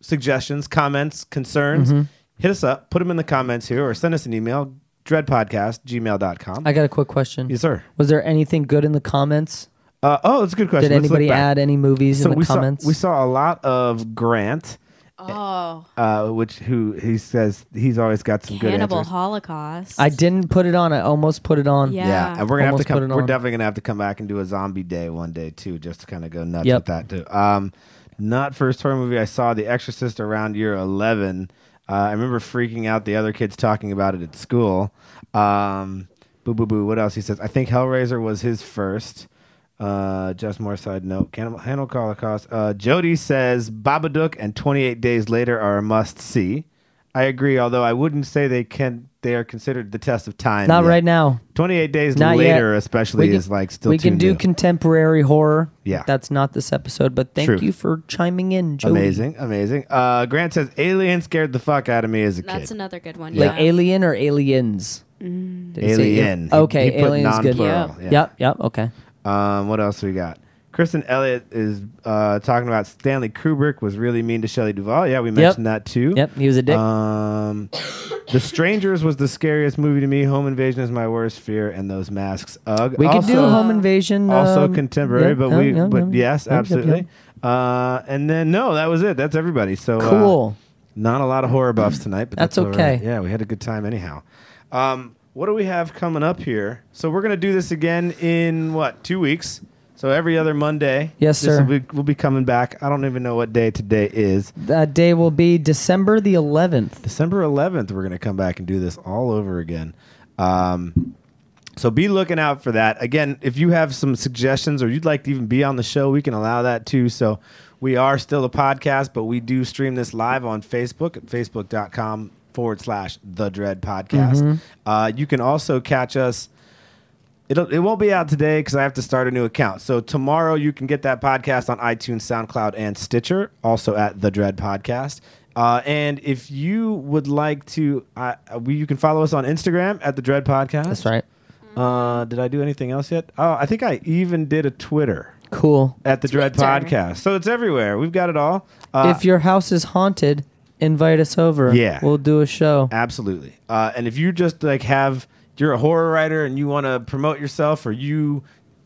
S2: suggestions, comments, concerns,
S3: Mm-hmm.
S2: hit us up, put them in the comments here, or send us an email, dreadpodcast, gmail.com.
S3: I got a quick question.
S2: yes, sir.
S3: Was there anything good in the comments?
S2: Uh, oh, that's a good question.
S3: Did
S2: Let's look
S3: anybody
S2: back.
S3: add any movies
S2: So
S3: in the
S2: we
S3: comments?
S2: Saw, we saw a lot of Grant,
S4: Oh,
S2: uh, which who he says he's always got some
S4: Cannibal
S2: good answers.
S4: Holocaust.
S3: I didn't put it on. I almost put it on.
S4: Yeah.
S2: Yeah, and we're gonna have to
S3: Almost put
S2: come.
S3: it
S2: We're
S3: on.
S2: definitely gonna have to come back and do a zombie day one day too, just to kind of go nuts
S3: Yep.
S2: with that too. Um, not first horror movie I saw, The Exorcist, around year eleven. Uh, I remember freaking out the other kids talking about it at school. Um, boo boo boo. What else he says? I think Hellraiser was his first. Uh, just more side note. Cannibal Handle Holocaust. Uh, Jody says Babadook and Twenty Eight Days Later are a must see. I agree, although I wouldn't say they can. They are considered the test of time.
S3: Not
S2: yet.
S3: right now.
S2: 28 days
S3: Not
S2: later,
S3: yet.
S2: especially,
S3: We can-
S2: is like still
S3: we can
S2: too
S3: do
S2: new.
S3: contemporary horror.
S2: Yeah.
S3: that's not this episode, but thank
S2: True.
S3: you for chiming in, Jody.
S2: amazing, amazing. Uh, Grant says Alien scared the fuck out of me as a
S4: That's
S2: kid.
S4: another good one.
S3: Like
S4: yeah.
S3: alien or aliens? Did he say
S2: Alien.
S3: al- Okay,
S2: He- he put
S3: aliens good.
S2: non-plural,
S3: Yep.
S2: yeah.
S3: Yep. Yep. Okay.
S2: Um, what else we got? Kristen Elliott is uh, talking about Stanley Kubrick was really mean to Shelley Duvall. Yeah, we mentioned that too.
S3: Yep. He was a dick.
S2: Um, The Strangers was the scariest movie to me. Home Invasion is my worst fear, and those masks. Ugh.
S3: we could do
S2: Also-
S3: home invasion.
S2: also
S3: um,
S2: contemporary,
S3: yeah,
S2: but
S3: yeah,
S2: we,
S3: yeah,
S2: but
S3: yeah.
S2: yes,
S3: Yep, yep,
S2: absolutely.
S3: yep.
S2: Uh, and then no, that was it. That's everybody. So uh,
S3: Cool.
S2: not a lot of horror buffs tonight, but that's,
S3: That's
S2: all right.
S3: okay.
S2: Yeah, we had a good time anyhow. Um, what do we have coming up here? So we're gonna do this again in what two weeks? So every other Monday.
S3: Yes,
S2: This
S3: sir.
S2: will be- we'll be coming back. I don't even know what day today is.
S3: That Uh, day will be December the 11th.
S2: December 11th, we're going to come back and do this all over again. Um, so be looking out for that. Again, if you have some suggestions or you'd like to even be on the show, we can allow that too. So we are still a podcast, but we do stream this live on Facebook at facebook.com forward slash the dread podcast.
S3: Mm-hmm.
S2: Uh, you can also catch us. It'll, it won't be out today because I have to start a new account. So tomorrow you can get that podcast on iTunes, SoundCloud, and Stitcher, also at The Dread Podcast. Uh, and if you would like to, I we, you can follow us on Instagram at The Dread Podcast.
S3: That's right.
S2: Uh, did I do anything else yet? Oh, I think I even did a Twitter
S3: Cool.
S2: at The Dread
S4: Twitter.
S2: Podcast. So it's everywhere. We've got it all. Uh,
S3: if your house is haunted, invite us over.
S2: Yeah.
S3: We'll do a show.
S2: Absolutely. Uh, and if you just like have you're a horror writer and you want to promote yourself, or you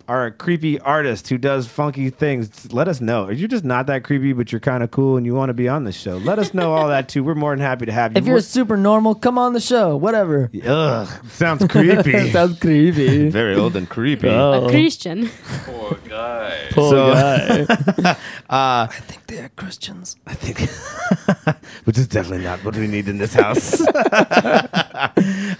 S2: are a creepy artist who does funky things, let us know. Or you're just not that creepy, but you're kind of cool and you want to be on this show. Let us know all that too. We're more than happy to have you.
S3: If you're super normal, come on the show. Whatever.
S2: We're- Ugh, sounds creepy.
S3: Sounds creepy.
S9: Very old and creepy.
S4: A Christian.
S7: Poor guy.
S8: Poor
S9: So-
S8: guy.
S2: uh,
S3: I think they are Christians.
S2: I think, which is definitely not what we need in this house.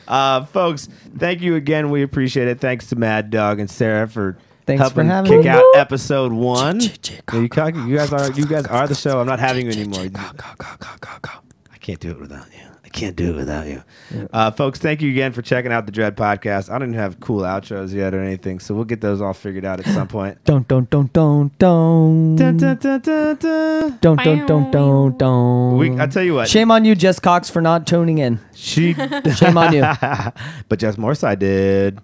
S2: uh, folks, thank you again. We appreciate it. Thanks to Mad Dog and Sarah for
S3: Thanks for
S2: helping
S3: having
S2: kick
S3: me.
S2: out episode one. you, cock- you guys are you guys are the show. I'm not having you anymore. I can't do it without you. I can't do it without you. Uh, folks, thank you again for checking out the Dread Podcast. I don't even have cool outros yet or anything, so we'll get those all figured out at some point.
S3: Don't don't don't don't don't
S2: Dun, dun, dun, dun, dun.
S3: don't don't don't don't don't.
S2: We, I tell you what,
S3: Shame on you, Jess Cox, for not tuning in.
S2: she
S3: Shame on you.
S2: but Jess Morside did.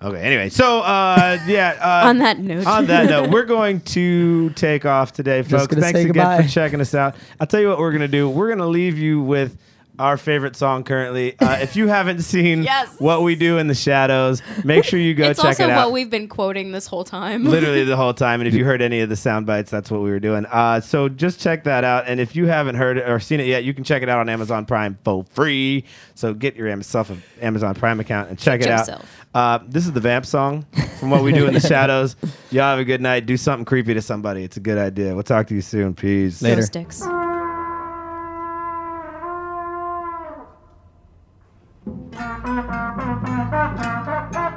S2: Okay, anyway, so uh, yeah. Uh,
S4: On that note.
S2: on that note, we're going to take off today, folks.
S3: gonna
S2: Thanks
S3: say
S2: again
S3: goodbye.
S2: for checking us out. I'll tell you what we're gonna do. We're gonna leave you with our favorite song currently. Uh, if you haven't seen
S4: Yes.
S2: what we do in the shadows, make sure you go
S4: it's
S2: check
S4: also
S2: it out.
S4: what we've been quoting this whole time.
S2: literally the whole time. And if you heard any of the sound bites, that's what we were doing. Uh, so just check that out. And if you haven't heard it or seen it yet, you can check it out on Amazon Prime for free. So get your yourself an Amazon Prime account and check it out.
S4: Yourself.
S2: Uh, this is the vamp song from what we do in the shadows. Y'all have a good night. Do something creepy to somebody. It's a good idea. We'll talk to you soon. Peace.
S4: Glow
S3: Later.
S4: sticks.
S10: Thank